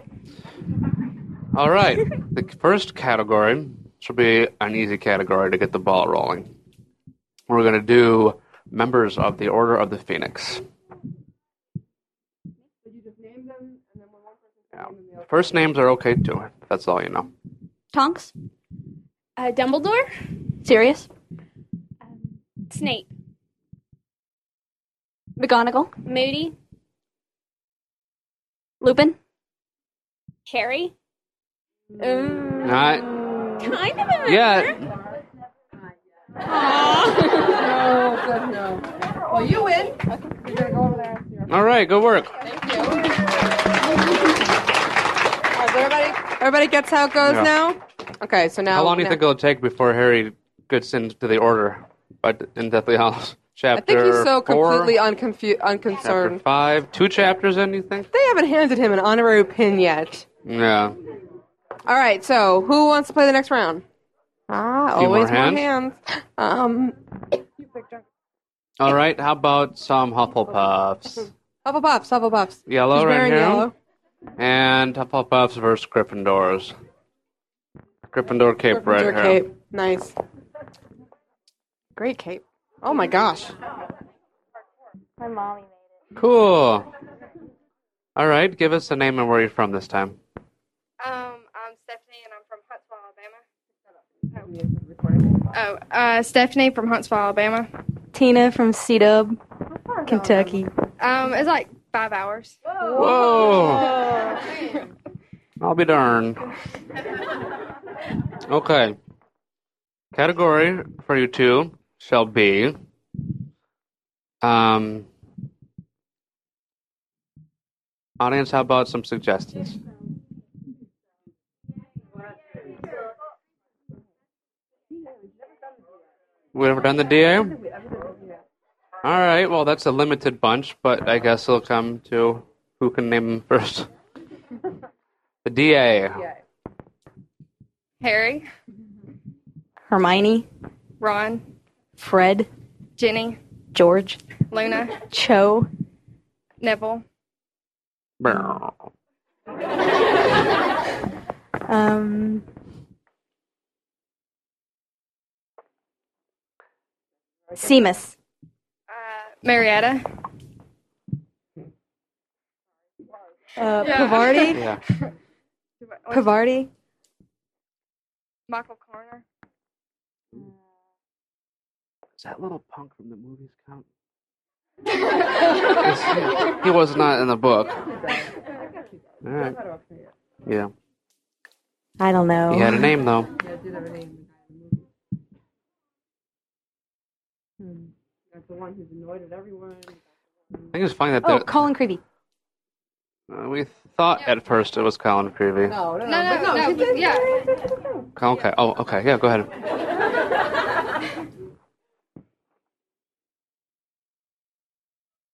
Speaker 1: All right, the first category should be an easy category to get the ball rolling. We're gonna do members of the Order of the Phoenix. Yeah. First names are okay too. if That's all you know.
Speaker 9: Tonks. Uh, Dumbledore. Sirius. Um, Snape. McGonagall. Moody. Lupin. Harry.
Speaker 10: Uh,
Speaker 1: Not
Speaker 9: kind of a
Speaker 1: yet.
Speaker 5: Well, you win.
Speaker 1: All right, good work.
Speaker 5: everybody, everybody gets how it goes
Speaker 1: Yeah.
Speaker 5: now. Okay, so now
Speaker 1: How long do
Speaker 5: now,
Speaker 1: you think it'll take before Harry gets into the order by, in Deathly Hallows?
Speaker 5: I
Speaker 1: Chapter
Speaker 5: think he's so
Speaker 1: four,
Speaker 5: completely unconfu-
Speaker 1: chapter
Speaker 5: unconcerned.
Speaker 1: five, two chapters in, you think?
Speaker 5: They haven't handed him an honorary pin yet.
Speaker 1: Yeah.
Speaker 5: All right, so who wants to play the next round? Ah,
Speaker 1: Few more
Speaker 5: always
Speaker 1: hands.
Speaker 5: more hands. Um,
Speaker 1: All right, how about some Hufflepuffs?
Speaker 5: Hufflepuffs, Hufflepuffs.
Speaker 1: Yellow
Speaker 5: She's
Speaker 1: right
Speaker 5: wearing
Speaker 1: here.
Speaker 5: yellow.
Speaker 1: And Hufflepuffs versus Gryffindors. Gryffindor cape right
Speaker 5: Gryffindor
Speaker 1: here.
Speaker 5: cape. Nice. Great cape. Oh my gosh.
Speaker 7: My mommy made it.
Speaker 1: Cool. All right, give us a name and where you're from this time.
Speaker 4: Um, I'm Stephanie, and I'm from Huntsville, Alabama. Oh, uh, Stephanie from Huntsville, Alabama.
Speaker 11: Tina from C Dub, Kentucky.
Speaker 4: Um, it's like five hours.
Speaker 1: Whoa! I'll be darned. Okay. Category for you two shall be um audience how about some suggestions? We ever done the DA? All right, well that's a limited bunch, but I guess it'll come to who can name them first. The DA.
Speaker 4: Harry,
Speaker 11: Hermione,
Speaker 4: Ron,
Speaker 11: Fred,
Speaker 4: Jenny,
Speaker 11: George,
Speaker 4: Luna,
Speaker 11: Cho,
Speaker 4: Neville,
Speaker 11: um, Seamus.
Speaker 4: Marietta.
Speaker 11: Uh,
Speaker 4: Yeah.
Speaker 11: Pavarti. Pavarti.
Speaker 4: Michael Corner.
Speaker 1: Is that little punk from the movies count? He was not in the book. All right. Yeah.
Speaker 11: I don't know.
Speaker 1: He had a name though.
Speaker 6: the one who's annoyed at everyone.
Speaker 1: I think it's funny that
Speaker 11: Oh,
Speaker 1: the,
Speaker 11: Colin Creevy.
Speaker 1: uh, we thought at first it was Colin Creevy.
Speaker 5: No,
Speaker 4: No, no, no. yeah.
Speaker 1: Colin, okay. Oh, okay. Yeah, go ahead.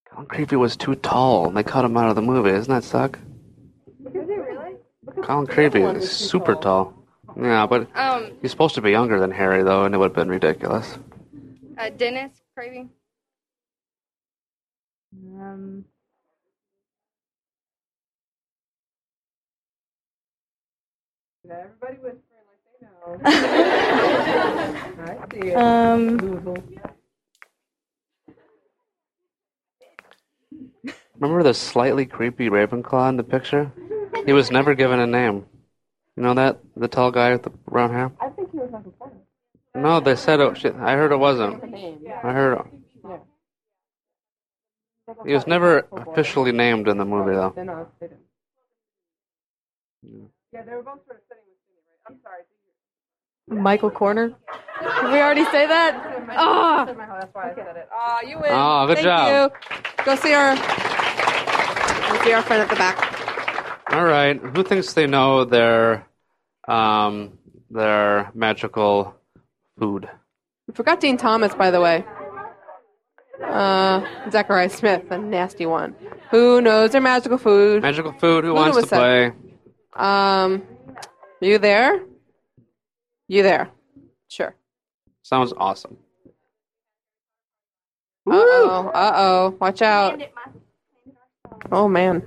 Speaker 1: Colin Creevy was too tall, and they cut him out of the movie. Doesn't that suck? Colin Creevy is super tall. Yeah, but
Speaker 4: Um,
Speaker 1: he's supposed to be younger than Harry, though, and it would have been ridiculous.
Speaker 4: uh, Dennis Craving.
Speaker 11: Um,
Speaker 6: Everybody whispering like they know. I see it.
Speaker 11: Um,
Speaker 1: Remember the slightly creepy Ravenclaw in the picture? He was never given a name. You know that? The tall guy with the brown hair?
Speaker 6: I think he was like a friend.
Speaker 1: No, they said it. Shit, I heard it wasn't. I heard he was never officially named in the movie, though.
Speaker 6: Then I was sitting. Yeah, they were both sort of sitting with me, right? I'm sorry.
Speaker 11: Michael Corner. Did we already say that?
Speaker 6: Ah!
Speaker 11: Ah,
Speaker 6: That's why I said it. Ah, you win.
Speaker 1: Oh, good
Speaker 11: thank
Speaker 1: job.
Speaker 11: you. Go see our.
Speaker 5: We'll see our friend at the back.
Speaker 1: All right. Who thinks they know their um, their magical food?
Speaker 5: We forgot Dean Thomas, by the way. Uh, Zachariah Smith, a nasty one. Who knows their magical food?
Speaker 1: Magical food. Who wants to
Speaker 5: was
Speaker 1: play?
Speaker 5: that? Um, you there? You there? Sure.
Speaker 1: Sounds awesome.
Speaker 5: Uh oh. Uh oh. Watch out. Oh man.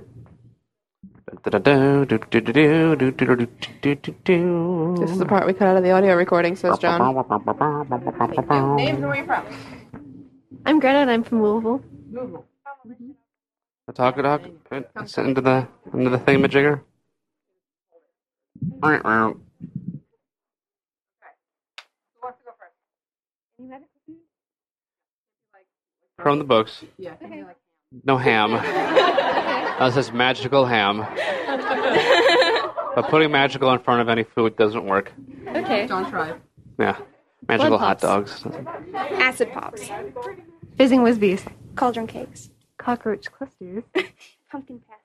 Speaker 5: This is the part we cut out of the audio recording, says John.
Speaker 1: The
Speaker 12: I'm Greta and I'm from Louisville.
Speaker 1: talk dog into the into the thingamajigger. From the books.
Speaker 6: Yeah.
Speaker 1: No ham. That's just magical ham. But putting magical in front of any food doesn't work.
Speaker 12: Okay.
Speaker 6: Don't try.
Speaker 1: Yeah. Magical hot
Speaker 12: Blood
Speaker 1: dogs.
Speaker 12: Acid pops. Fizzing Wisbies.
Speaker 9: Cauldron cakes.
Speaker 12: Cockroach clusters.
Speaker 9: Pumpkin pasties.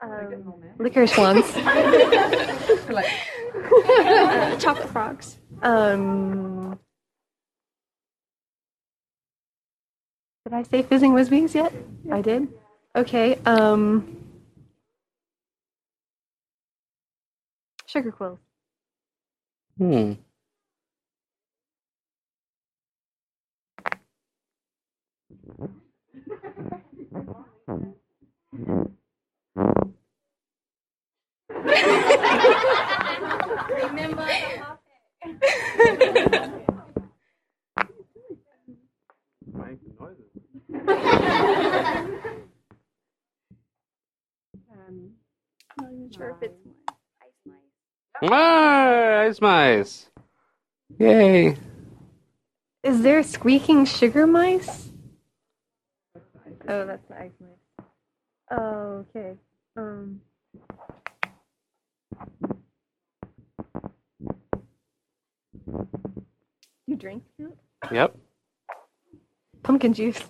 Speaker 9: Um,
Speaker 12: Licorice ones.
Speaker 9: uh, chocolate frogs.
Speaker 12: um. Did I say Fizzing Wisbies yet? I did. Okay. Um. Sugar quills.
Speaker 1: Hmm.
Speaker 9: Remember. Um, Not even sure if it's
Speaker 1: Ah, ice mice. Yay.
Speaker 12: Is there squeaking sugar mice? Oh, that's the ice mice. Oh, okay. Um. You drink soup?
Speaker 1: Yep.
Speaker 12: Pumpkin juice.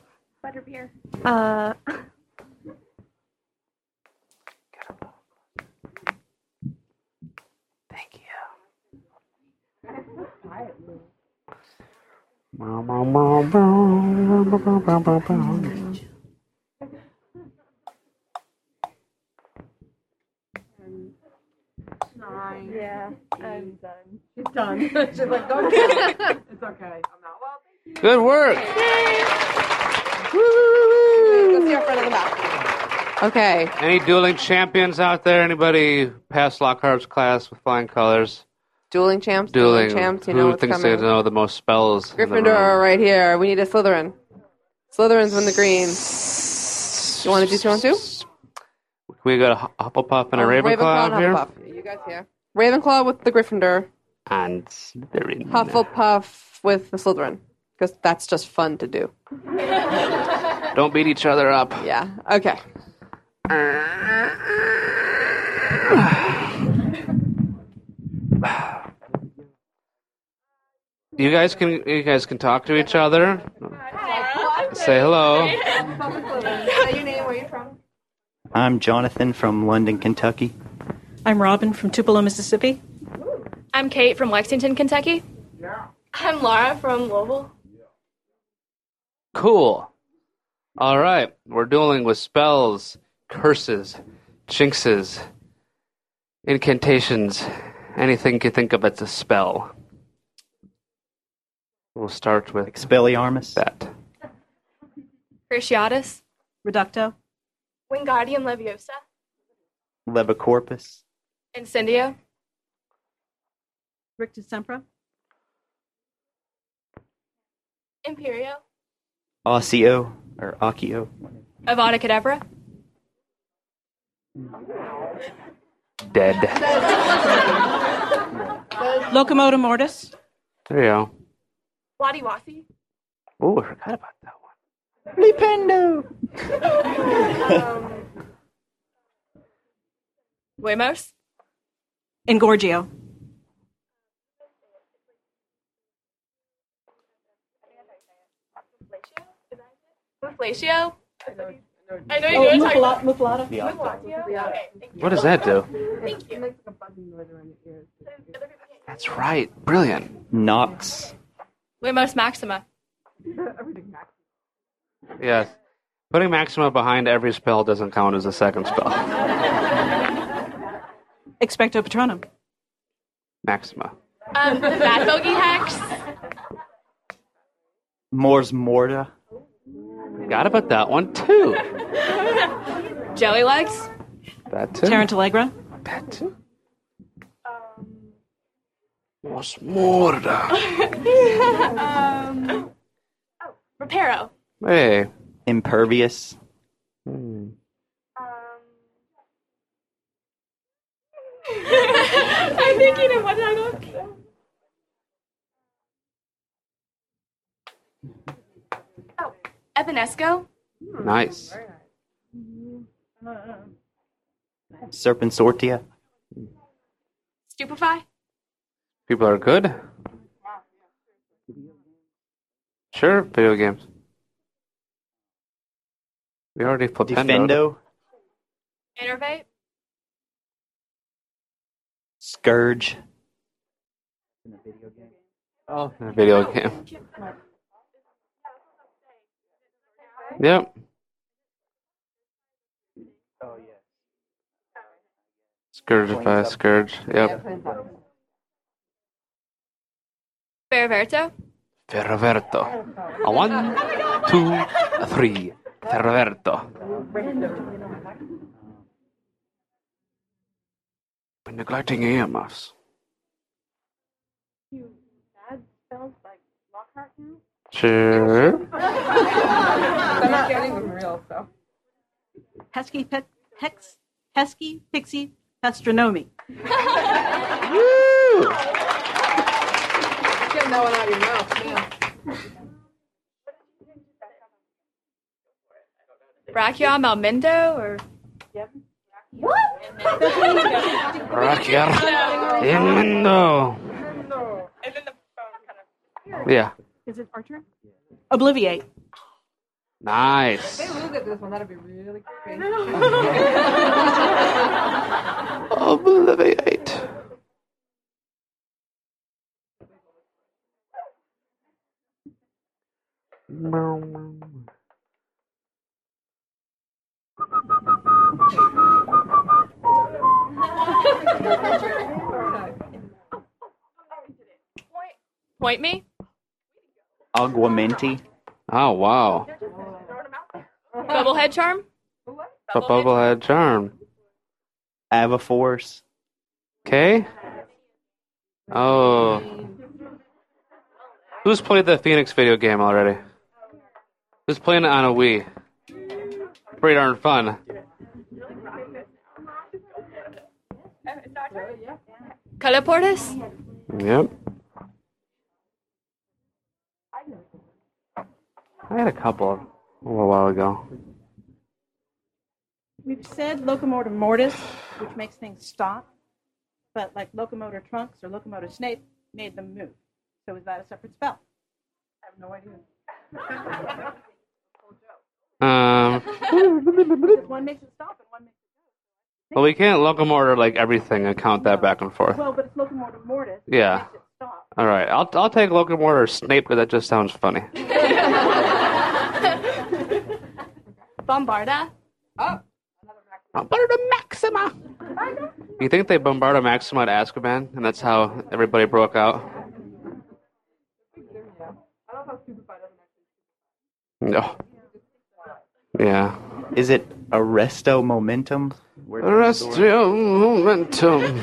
Speaker 9: butterbeer.
Speaker 12: Uh.
Speaker 6: Nine.
Speaker 12: Yeah, I'm done.
Speaker 6: She's done. She's like, don't do it. It's okay. I'm out. Well,
Speaker 1: Good work.
Speaker 5: Go see our friend at the back. Okay.
Speaker 1: Any dueling champions out there? Anybody pass Lockhart's class with flying colors?
Speaker 5: Dueling champs.
Speaker 1: Dueling.
Speaker 5: champs. You
Speaker 1: Who
Speaker 5: know what's
Speaker 1: thinks
Speaker 5: coming.
Speaker 1: they know the most spells? in the room?
Speaker 5: Gryffindor right here. We need a Slytherin. Slytherin's in the green. You want to do two on two?
Speaker 1: We got a Hu- Hufflepuff and a
Speaker 5: Oh,
Speaker 1: Ravenclaw,
Speaker 5: and
Speaker 1: up here.
Speaker 5: Hufflepuff. You guys here. Ravenclaw with the Gryffindor.
Speaker 1: And Slytherin.
Speaker 5: Hufflepuff with the Slytherin. Because that's just fun to do.
Speaker 1: Don't beat each other up.
Speaker 5: Yeah. Okay.
Speaker 1: You guys can you guys can talk to each other. Say hello.
Speaker 5: Say your name, where you from.
Speaker 13: I'm Jonathan from London, Kentucky.
Speaker 14: I'm Robin from Tupelo, Mississippi.
Speaker 15: I'm Kate from Lexington, Kentucky. I'm Laura from Louisville.
Speaker 1: Cool. All right, we're dealing with spells, curses, jinxes, incantations, anything you can think of as a spell. We'll start with
Speaker 13: Expelliarmus.
Speaker 1: That.
Speaker 15: Cruciatus.
Speaker 14: Reducto.
Speaker 15: Wingardium Leviosa.
Speaker 13: Levicorpus.
Speaker 15: Incendio.
Speaker 14: Rictus Sempra.
Speaker 15: Imperio.
Speaker 13: Osseo. Or Accio.
Speaker 15: Avada Kedavra.
Speaker 1: Dead.
Speaker 14: Locomotum Mortis.
Speaker 1: There you
Speaker 15: Wadiwasi.
Speaker 1: go. Ooh, I forgot about that.
Speaker 13: Lipendo.
Speaker 15: um, Wemos.
Speaker 14: Engorgio.
Speaker 15: Mufflatio. I know
Speaker 14: Oh,
Speaker 15: you're going to
Speaker 14: Muffala-
Speaker 15: talk
Speaker 14: Muffalata.
Speaker 15: Muffalata. Okay, thank you.
Speaker 1: What does that do?
Speaker 15: Thank you.
Speaker 1: That's right. Brilliant.
Speaker 13: Knox.
Speaker 15: Wemos Maxima.
Speaker 1: Yes. Putting Maxima behind every spell doesn't count as a second spell.
Speaker 14: Expecto Patronum.
Speaker 1: Maxima.
Speaker 15: Um, Bad Bogey Hex.
Speaker 13: Mors Morta.
Speaker 1: Forgot about that one too.
Speaker 15: Jelly Legs. Um,
Speaker 1: That too.
Speaker 14: Tarantellegra.
Speaker 1: That too. What's Morda?
Speaker 15: um, oh, Reparo.
Speaker 1: Hey.
Speaker 13: Impervious.
Speaker 1: Hmm.
Speaker 15: I'm thinking of what I don't. Oh, Evanesco.
Speaker 1: Nice.
Speaker 16: Mm-hmm.
Speaker 13: Serpensortia.
Speaker 15: Stupefy.
Speaker 1: People are good. Sure, video games. We already put
Speaker 13: Defendo.
Speaker 15: Enervate.
Speaker 13: Scourge.
Speaker 1: Oh, video game. Yep. Scourge by Scourge. Yep.
Speaker 15: Ferroverto.
Speaker 1: Ferroverto. A one, two, a three. Ferroverto. Been neglecting E your earmuffs. Sure.
Speaker 6: They're not even real, so.
Speaker 14: Pesky Pe- Hex. Pesky Pixie Pestronomy.
Speaker 5: Get that one out of your mouth.
Speaker 15: Brachion Malmendo or. What?
Speaker 1: Rakyar. Inmendo. Yeah.
Speaker 14: Is it Archer? Obliviate.
Speaker 1: Nice.
Speaker 6: They lose at this one. That'd be really crazy.
Speaker 1: Oh. Obliviate.
Speaker 15: Point me.
Speaker 13: Aguamenti.
Speaker 1: Oh, wow.
Speaker 15: Bubblehead Charm.
Speaker 1: A bubblehead charm.
Speaker 13: Avaforce.
Speaker 1: Okay. Oh. Who's played the Phoenix video game already? Who's playing it on a Wii? Pretty darn fun.
Speaker 15: Color Portis?
Speaker 1: Yep. I had a couple of- a little while ago.
Speaker 14: We've said locomotive mortis, which makes things stop, but like locomotor trunks or locomotor snape made them move. So is that a separate spell? I have no idea.
Speaker 1: Um,
Speaker 14: one makes it stop and one makes
Speaker 1: well, we can't locomotor like everything and count that back and
Speaker 14: it.
Speaker 1: forth.
Speaker 14: Well, but it's locomotive mortis.
Speaker 1: Yeah. All right, I'll I'll take locomotor Snape because that just sounds funny.
Speaker 15: Bombarda? Oh.
Speaker 1: Bombarda Maxima! You think they bombarded Maxima at Azkaban, and that's how everybody broke out? No. Yeah.
Speaker 13: Is it arresto momentum? Where does the door-
Speaker 1: Arresto momentum.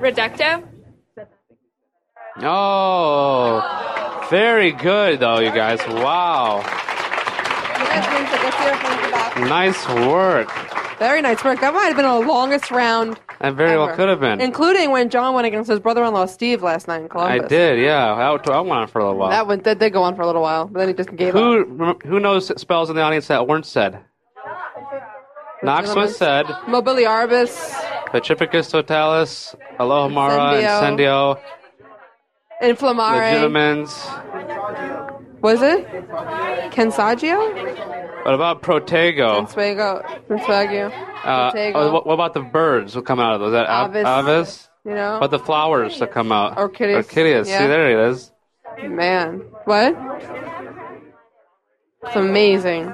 Speaker 15: Reducto?
Speaker 1: Oh, very good though, you guys. Wow, nice work.
Speaker 5: Very nice work. That might have been the longest round.
Speaker 1: That very well
Speaker 5: ever.
Speaker 1: could have been.
Speaker 5: Including when John went against his brother-in-law Steve last night in
Speaker 1: I
Speaker 5: Columbus.
Speaker 1: did, yeah. I went on for a little while.
Speaker 5: That one that did go on for a little while, but then he just gave up.
Speaker 1: Who rem- who knows spells in the audience that weren't said? Noxus said,
Speaker 5: Mobiliarbus,
Speaker 1: Pacificus Totalis, Alohomara,
Speaker 5: Incendio.
Speaker 1: Incendio,
Speaker 5: Inflammare.
Speaker 1: Legitimens.
Speaker 5: Was it? Kensaggio?
Speaker 1: What about Protego?
Speaker 5: Consuego. Consuego.
Speaker 1: Uh,
Speaker 5: Protego.
Speaker 1: oh, what, what about the birds that come out of those? Is that Av-
Speaker 5: Avis.
Speaker 1: Avis?
Speaker 5: You know?
Speaker 1: But the flowers that come out.
Speaker 5: Orchideas.
Speaker 1: Orchideas. See,
Speaker 5: Yeah.
Speaker 1: there it is.
Speaker 5: Man. What? It's amazing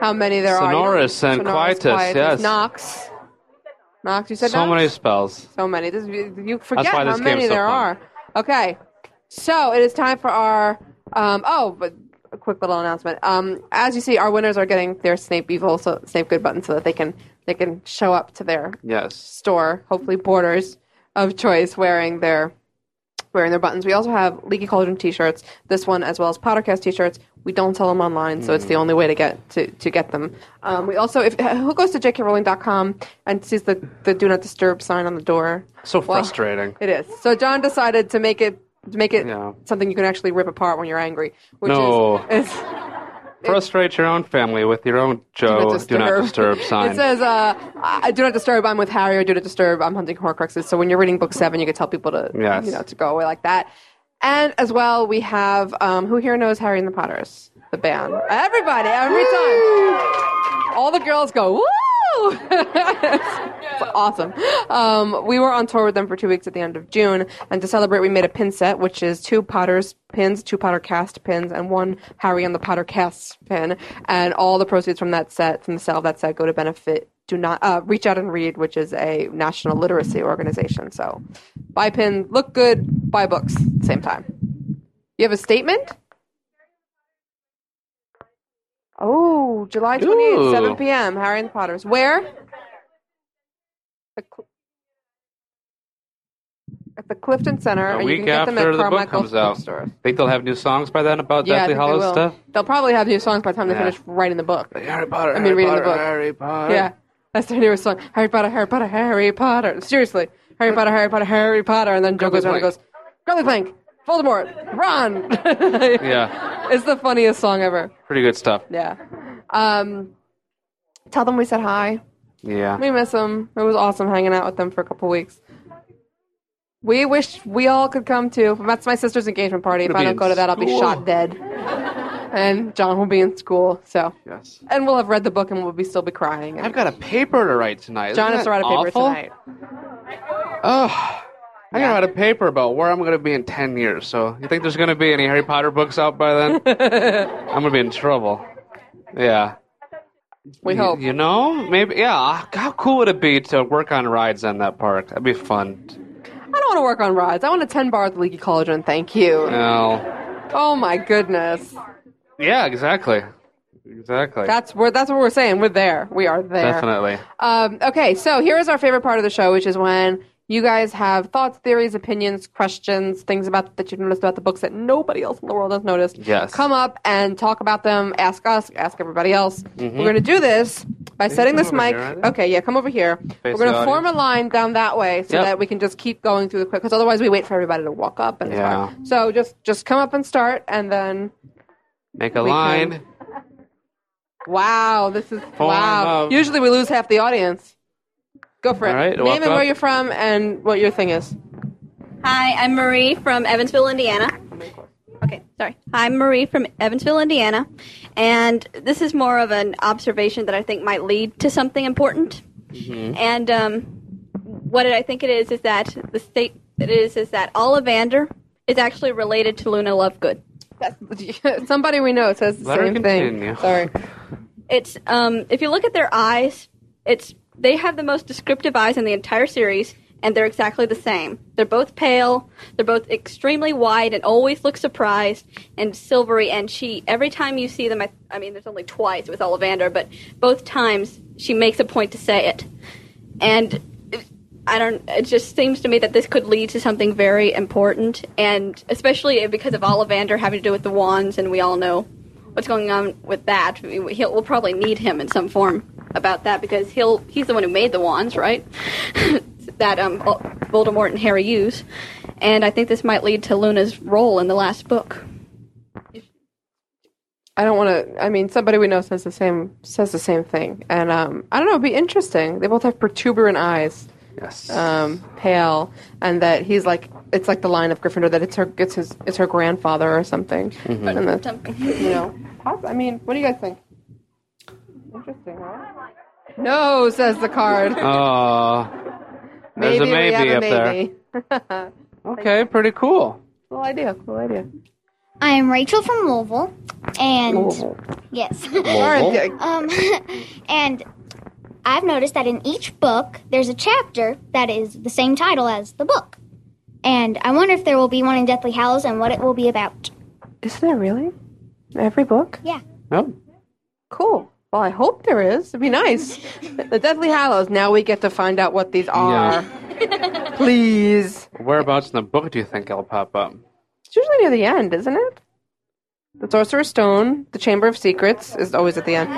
Speaker 5: how many there
Speaker 1: Sonorous
Speaker 5: are.
Speaker 1: and Quietus, yes.
Speaker 5: Knox. Knox, you
Speaker 1: So
Speaker 5: said Nox?
Speaker 1: many spells.
Speaker 5: So many. This, you forget
Speaker 1: why
Speaker 5: how
Speaker 1: this game's
Speaker 5: many
Speaker 1: so
Speaker 5: there
Speaker 1: fun.
Speaker 5: are. Okay. So it is time for our. Um, oh, but a quick little announcement. Um, as you see, our winners are getting their Snape Evil, so Snape Good button, so that they can they can show up to their
Speaker 1: Yes.
Speaker 5: store, hopefully Borders of choice, wearing their wearing their buttons. We also have Leaky Cauldron T-shirts. This one, as well as Pottercast T-shirts. We don't sell them online, so
Speaker 1: Mm.
Speaker 5: it's the only way to get to, to get them. Um, we also, if who goes to jkrowling.com and sees the, the Do Not Disturb sign on the door,
Speaker 1: So
Speaker 5: Well,
Speaker 1: frustrating.
Speaker 5: it is. So John decided to make it to make it
Speaker 1: Yeah.
Speaker 5: something you can actually rip apart when you're angry. Which
Speaker 1: No.
Speaker 5: is, is
Speaker 1: Frustrate your own family with your own Joe Do Not Disturb sign.
Speaker 5: It says, uh, I- "Do not disturb." I'm with Harry, or "Do not disturb." I'm hunting Horcruxes. So when you're reading book seven, you can tell people to,
Speaker 1: Yes.
Speaker 5: you know, to go away like that. And as well, we have um, who here knows Harry and the Potters, the band. Everybody, every time, all the girls go woo. it's awesome. Um, we were on tour with them for two weeks at the end of June, and to celebrate, we made a pin set, which is two Potter's pins, two Potter cast pins, and one Harry and the Potter cast pin. And all the proceeds from that set, from the sale of that set, go to benefit. Do not uh, reach out and read, which is a national literacy organization. So, buy pin, look good, buy books. at the Same time. You have a statement. Oh, July 28th,
Speaker 1: Ooh.
Speaker 5: 7 p.m., Harry and the Potters. Where? The Cl- At the Clifton Center.
Speaker 1: a
Speaker 5: and you
Speaker 1: week
Speaker 5: can get them at
Speaker 1: after the book
Speaker 5: Carmichael's
Speaker 1: comes out.
Speaker 5: bookstore.
Speaker 1: Think they'll have new songs by then about
Speaker 5: Yeah, I
Speaker 1: Deathly
Speaker 5: think they
Speaker 1: Hollows
Speaker 5: will.
Speaker 1: stuff?
Speaker 5: They'll probably have new songs by the time they
Speaker 1: Yeah.
Speaker 5: finish writing the book.
Speaker 1: Harry Potter.
Speaker 5: I mean, reading the book.
Speaker 1: Harry Potter.
Speaker 5: Yeah, that's their newest song. Harry Potter, Harry Potter, Harry Potter. Seriously, Harry Potter, Harry Potter, Harry Potter, and then Joe goes around and goes, Grumbly Plank, Voldemort, Ron.
Speaker 1: Yeah.
Speaker 5: it's the funniest song ever.
Speaker 1: Pretty good stuff.
Speaker 5: Yeah. Um, tell them we said hi.
Speaker 1: Yeah.
Speaker 5: We miss them. It was awesome hanging out with them for a couple weeks. We wish we all could come too. That's my sister's engagement party. If
Speaker 1: Gonna
Speaker 5: I
Speaker 1: be
Speaker 5: don't
Speaker 1: in
Speaker 5: go to that, I'll be
Speaker 1: school.
Speaker 5: shot dead. and John will be in school. So.
Speaker 1: Yes.
Speaker 5: And we'll have read the book and we'll be still be crying. And
Speaker 1: I've got a paper to write tonight.
Speaker 5: John
Speaker 1: Isn't
Speaker 5: has to
Speaker 1: that
Speaker 5: write a paper
Speaker 1: awful?
Speaker 5: tonight.
Speaker 1: Oh, I gotta write a paper about where I'm gonna be in ten years. So you think there's gonna be any Harry Potter books out by then? I'm gonna be in trouble. Yeah.
Speaker 5: We
Speaker 1: Y-
Speaker 5: hope.
Speaker 1: You know, maybe. Yeah. How cool would it be to work on rides on that park? That'd be fun.
Speaker 5: I don't want to work on rides. I want a 10 bar at the Leaky Cauldron. Thank you.
Speaker 1: No.
Speaker 5: Oh my goodness.
Speaker 1: Yeah. Exactly. Exactly.
Speaker 5: That's where that's what we're saying. We're there. We are there.
Speaker 1: Definitely.
Speaker 5: Um, okay, so here is our favorite part of the show, which is when You guys have thoughts, theories, opinions, questions, things about that you've noticed about the books that nobody else in the world has noticed.
Speaker 13: Yes.
Speaker 5: Come up and talk about them. Ask us. Ask everybody else.
Speaker 13: Mhm.
Speaker 5: We're going to do this by
Speaker 13: Can you
Speaker 5: setting
Speaker 13: come
Speaker 5: this
Speaker 13: over
Speaker 5: mic.
Speaker 13: here, Riley?
Speaker 5: okay, yeah, come over here. We're
Speaker 13: the
Speaker 5: going to form a
Speaker 13: audience.
Speaker 5: line down that way so
Speaker 13: Yep.
Speaker 5: that we can just keep going through the quick. Because otherwise, we wait for everybody to walk up and it's
Speaker 13: Yeah.
Speaker 5: hard. So just just come up and start, and then
Speaker 1: Make a
Speaker 5: We can-
Speaker 1: line.
Speaker 5: wow, this is
Speaker 1: Form
Speaker 5: wow.
Speaker 1: of-
Speaker 5: Usually we lose half the audience. Go for it.
Speaker 1: All right,
Speaker 5: Name
Speaker 1: walk
Speaker 5: and where
Speaker 1: up.
Speaker 5: you're from and what your thing is.
Speaker 10: Hi, I'm Marie from Evansville, Indiana. Okay, sorry. Hi, I'm Marie from Evansville, Indiana, and this is more of an observation that I think might lead to something important.
Speaker 1: Mm-hmm.
Speaker 10: And um, what did I think it is is that the state that it is is that Ollivander is actually related to Luna Lovegood.
Speaker 5: Somebody we know says the
Speaker 10: Let her
Speaker 5: same thing.
Speaker 10: continue.
Speaker 5: Sorry.
Speaker 10: It's um, if you look at their eyes, it's they have the most descriptive eyes in the entire series, and they're exactly the same. They're both pale. They're both extremely wide and always look surprised and silvery. And she, every time you see them, I, I mean, there's only twice with Ollivander, but both times she makes a point to say it. And it- I don't. It just seems to me that this could lead to something very important, and especially because of Ollivander having to do with the wands, and we all know what's going on with that. I mean, He'll, we'll probably need him in some form about that because he'll he's the one who made the wands, right? that um, Vol- Voldemort and Harry use, and I think this might lead to Luna's role in the last book.
Speaker 5: I don't want to. I mean, somebody we know says the same says the same thing, and um, I don't know. It'd be interesting. They both have protuberant eyes.
Speaker 1: Yes.
Speaker 5: Um, pale, and that he's like it's like the line of Gryffindor that it's her it's his it's her grandfather or something.
Speaker 12: Mm-hmm.
Speaker 1: Mhm.
Speaker 5: And that-
Speaker 10: Something.
Speaker 5: you know, poss- I mean, what do you guys think? Interesting, huh? No, says the card.
Speaker 1: Oh, there's
Speaker 5: maybe
Speaker 1: a maybe
Speaker 5: we have a
Speaker 1: up there.
Speaker 5: maybe. there.
Speaker 1: Okay, pretty cool.
Speaker 5: cool idea. Cool idea.
Speaker 17: I'm Rachel from Louisville, and yes,
Speaker 5: Louisville?
Speaker 17: um, and I've noticed that in each book there's a chapter that is the same title as the book, and I wonder if there will be one in Deathly Hallows and what it will be about.
Speaker 5: Is there really? Every book?
Speaker 17: Yeah.
Speaker 1: Oh.
Speaker 5: Cool. Well, I hope there is. It'd be nice. the Deathly Hallows. Now we get to find out what these are. Please.
Speaker 1: Whereabouts in the book do you think it'll pop up?
Speaker 5: It's usually near the end, isn't it? The Sorcerer's Stone, the Chamber of Secrets is always at the end.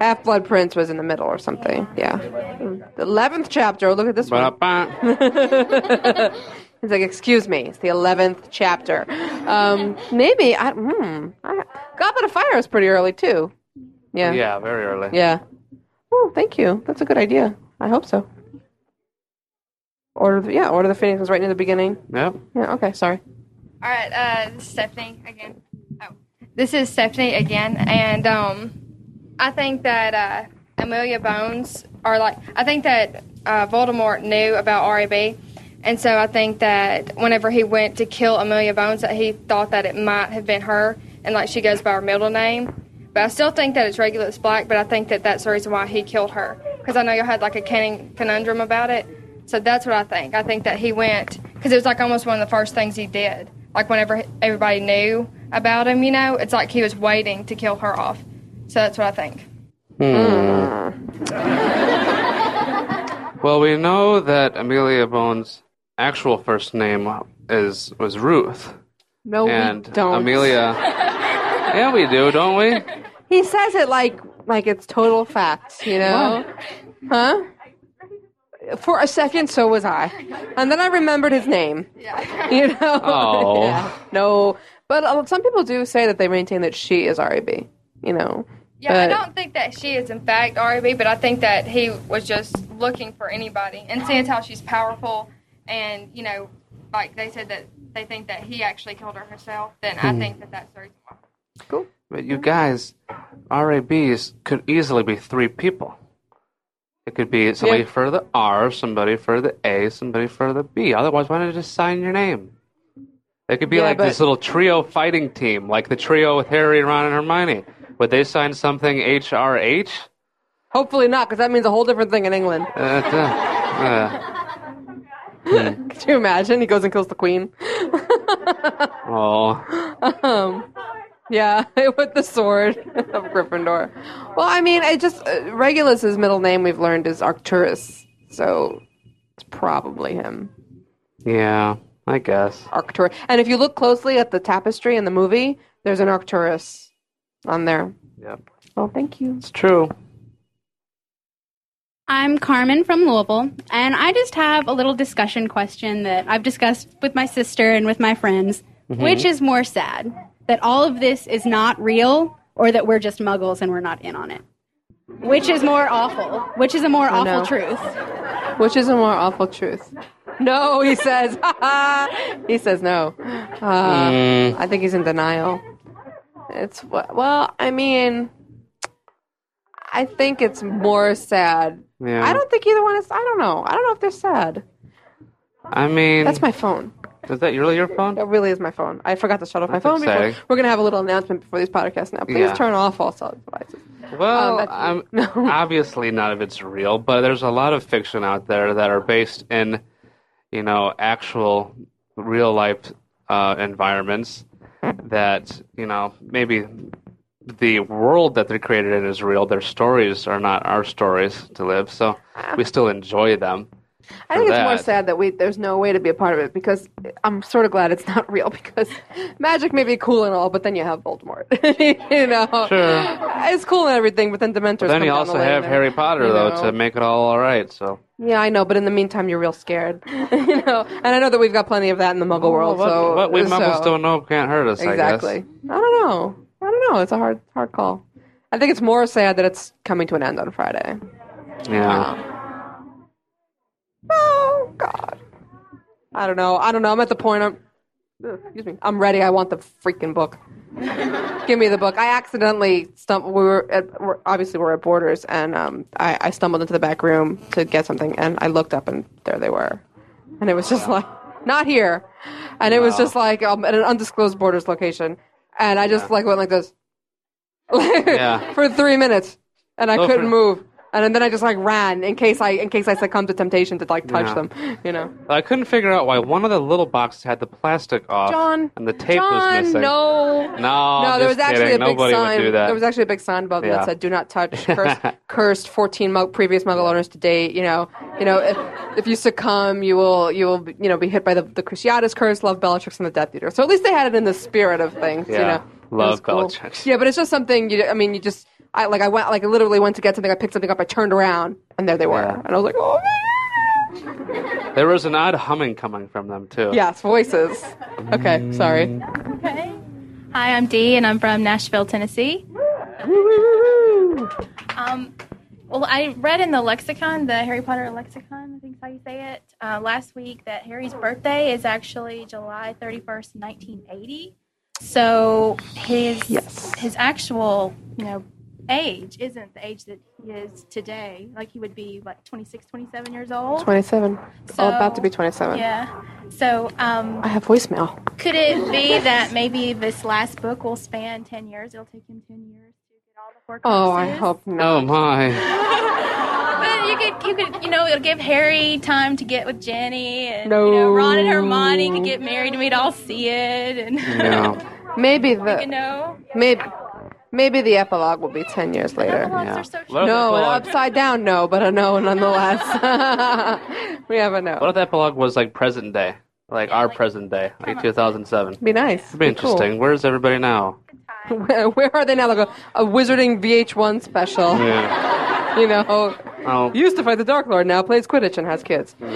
Speaker 5: Half Blood Prince was in the middle or something. Yeah. The 11th chapter. Oh, look at this one. He's like, excuse me, it's the 11th chapter. Um, maybe. I, hmm, I, Goblet of Fire is pretty early, too. Yeah.
Speaker 1: Yeah, very early.
Speaker 5: Yeah. Oh, thank you. That's a good idea. I hope so. Order, the, yeah, Order of the Phoenix was right near the beginning.
Speaker 1: Yep.
Speaker 5: Yeah. Okay. Sorry.
Speaker 4: All right, uh, this is Stephanie again. Oh, this is Stephanie again, and um, I think that uh, Amelia Bones are like I think that uh, Voldemort knew about REB, and so I think that whenever he went to kill Amelia Bones, that he thought that it might have been her, and like she goes by her middle name. But I still think that it's Regulus Black, but I think that that's the reason why he killed her because I know you had like a cunning- conundrum about it. So that's what I think. I think that he went because it was like almost one of the first things he did. Like whenever he- everybody knew about him, you know, it's like he was waiting to kill her off. So that's what I think.
Speaker 1: Hmm. Mm.
Speaker 5: Mm.
Speaker 1: Well, we know that Amelia Bones' actual first name is was Ruth.
Speaker 5: No,
Speaker 1: and
Speaker 5: we don't.
Speaker 1: Amelia. yeah, we do, don't we?
Speaker 5: He says it like like it's total facts, you know? Huh? For a second, so was I, and then I remembered his name. Yeah. You know.
Speaker 1: Oh.
Speaker 5: Yeah. No, but uh, some people do say that they maintain that she is Reb. You know.
Speaker 4: Yeah,
Speaker 5: but,
Speaker 4: I don't think that she is in fact R.E.B., but I think that he was just looking for anybody and seeing how she's powerful and you know, like they said that they think that he actually killed her herself. Then I
Speaker 1: Hmm.
Speaker 4: think that that's the reason why.
Speaker 1: But you guys, RABs could easily be three people. It could be somebody
Speaker 5: Yeah.
Speaker 1: for the R, somebody for the A, somebody for the B. Otherwise, why not just sign your name? It could be
Speaker 5: Yeah,
Speaker 1: like this
Speaker 5: but-
Speaker 1: little trio fighting team, like the trio with Harry, Ron, and Hermione. Would they sign something HRH?
Speaker 5: Hopefully not, because that means a whole different thing in England.
Speaker 1: Uh, uh, hmm.
Speaker 5: Could you imagine? He goes and kills the queen.
Speaker 1: Oh.
Speaker 5: um, yeah, with the sword of Gryffindor. Well, I mean, I just uh, Regulus's middle name we've learned is Arcturus, so It's probably him.
Speaker 1: Yeah, I guess.
Speaker 5: Arcturus. And if you look closely at the tapestry in the movie, there's an Arcturus on there.
Speaker 1: Yep.
Speaker 5: Well, thank you. It's
Speaker 1: true.
Speaker 18: I'm Carmen from Louisville, and I just have a little discussion question that I've discussed with my sister and with my friends.
Speaker 1: Mm-hmm.
Speaker 11: Mhm.
Speaker 18: Which is more sad, that all of this is not real, or that we're just muggles and we're not in on it? Which is more awful? Which is a more
Speaker 5: I
Speaker 18: awful
Speaker 5: know.
Speaker 18: truth?
Speaker 5: Which is a more awful truth. No, he says. he says no. Uh,
Speaker 1: Mm.
Speaker 5: I think he's in denial. It's well, I mean, I think it's more sad.
Speaker 1: Yeah.
Speaker 5: I don't think either one is. I don't know. I don't know if they're sad.
Speaker 1: I mean,
Speaker 5: That's my phone.
Speaker 1: Is that really your phone?
Speaker 5: That really is my phone. I forgot to shut off my
Speaker 1: That's
Speaker 5: phone. Before.
Speaker 1: exciting.
Speaker 5: We're gonna have a little announcement before these podcasts now. Please
Speaker 1: Yeah.
Speaker 5: turn off all solid devices.
Speaker 1: Well,
Speaker 5: Um, that's-
Speaker 1: I'm, obviously none of it's real, but there's a lot of fiction out there that are based in, you know, actual real life uh, environments that, you know, maybe the world that they're created in is real. Their stories are not our stories to live, so we still enjoy them.
Speaker 5: I
Speaker 1: for
Speaker 5: think it's more
Speaker 1: that.
Speaker 5: sad that we there's no way to be a part of it because I'm sort of glad it's not real because magic may be cool and all, but then you have Voldemort. you know,
Speaker 1: Sure.
Speaker 5: it's cool and everything, but then Dementors.
Speaker 1: But then
Speaker 5: come
Speaker 1: you
Speaker 5: down
Speaker 1: also
Speaker 5: the lane
Speaker 1: have
Speaker 5: and-
Speaker 1: Harry Potter,
Speaker 5: you
Speaker 1: though,
Speaker 5: know.
Speaker 1: to make it all all right. So
Speaker 5: Yeah, I know, but in the meantime, you're real scared. you know, and I know that we've got plenty of that in the Muggle world.
Speaker 1: what,
Speaker 5: so
Speaker 1: what Oh, we muggles
Speaker 5: so-
Speaker 1: don't know can't hurt us.
Speaker 5: exactly.
Speaker 1: I guess.
Speaker 5: I don't know. I don't know. It's a hard hard call. I think it's more sad that it's coming to an end on Friday.
Speaker 1: Yeah.
Speaker 5: Oh God. I don't know. I don't know. I'm at the point. I'm. Ugh, Excuse me. I'm ready. I want the freaking book. Give me the book. I accidentally stumbled. We were at, we're, obviously we're at Borders, and um, I, I stumbled into the back room to get something, and I looked up, and there they were, and it was just like not here, and it was
Speaker 12: No.
Speaker 5: just like um, at an undisclosed Borders location, and I just
Speaker 12: Yeah.
Speaker 5: like went like this
Speaker 12: Yeah.
Speaker 5: for three minutes, and I
Speaker 12: Oh, for-
Speaker 5: couldn't move, and then I just like ran in case I in case I succumbed to temptation to like touch
Speaker 1: Yeah.
Speaker 5: them, you know.
Speaker 1: I couldn't figure out why one of the little boxes had the plastic off
Speaker 5: John,
Speaker 1: and the tape was
Speaker 5: John,
Speaker 1: missing.
Speaker 5: no.
Speaker 1: no, I'm
Speaker 5: there was
Speaker 1: just
Speaker 5: actually
Speaker 1: kidding.
Speaker 5: a big
Speaker 1: Nobody
Speaker 5: sign.
Speaker 1: would do that.
Speaker 5: There was actually a big sign above them
Speaker 1: Yeah.
Speaker 5: that said "Do not touch." Cursed, cursed. Fourteen mug, previous Muggle owners to date. You know, you know, if, if you succumb, you will, you will, you know, be hit by the the Cruciatus curse, love Bellatrix, and the Death Eater. So at least they had it in the spirit of things. You
Speaker 1: Yeah.
Speaker 5: know,
Speaker 1: Love
Speaker 5: It was cool.
Speaker 1: Bellatrix.
Speaker 5: Yeah, but it's just something. You, I mean, you just, I like, I went, like, I literally went to get something. I picked something up. I turned around, and there they were. And I was like, oh.
Speaker 1: There was an odd humming coming from them too.
Speaker 5: Yes, voices. Okay, sorry.
Speaker 6: Okay.
Speaker 16: Hi, I'm Dee, and I'm from Nashville, Tennessee. Um, well, I read in the lexicon, the Harry Potter lexicon, I think is how you say it, uh, last week that Harry's birthday is actually July 31st, 1980. So his his actual, you know, age isn't the age that he is today. Like he would be like 26, 27 years old.
Speaker 5: 27.
Speaker 16: So-
Speaker 5: oh, about to be 27.
Speaker 16: Yeah. So um,
Speaker 5: I have voicemail.
Speaker 16: could it be that maybe this last book will span 10 years? It'll take him 10 years to get all the four
Speaker 5: Oh, I hope
Speaker 1: Oh my.
Speaker 16: But you could, you could, you know, it'll give Harry time to get with Jenny, and
Speaker 5: No.
Speaker 16: you know, Ron and Hermione could get married, and we'd all see it, and
Speaker 5: Maybe
Speaker 16: you
Speaker 5: the
Speaker 16: know,
Speaker 5: maybe maybe the epilogue will be 10 years later.
Speaker 16: Epilogues are so
Speaker 1: What if
Speaker 5: No,
Speaker 1: the
Speaker 5: an
Speaker 1: epilogue-
Speaker 5: upside down no, but a no nonetheless. we have a no.
Speaker 1: What if the epilogue was like present day, like our present day, like 2007?
Speaker 5: Be nice.
Speaker 1: It'd be
Speaker 5: cool.
Speaker 1: interesting. Where's everybody now?
Speaker 5: Where, where are they now? Like a, a Wizarding VH1 special. You know,
Speaker 1: Oh,
Speaker 5: used to fight the Dark Lord, now plays Quidditch and has kids. you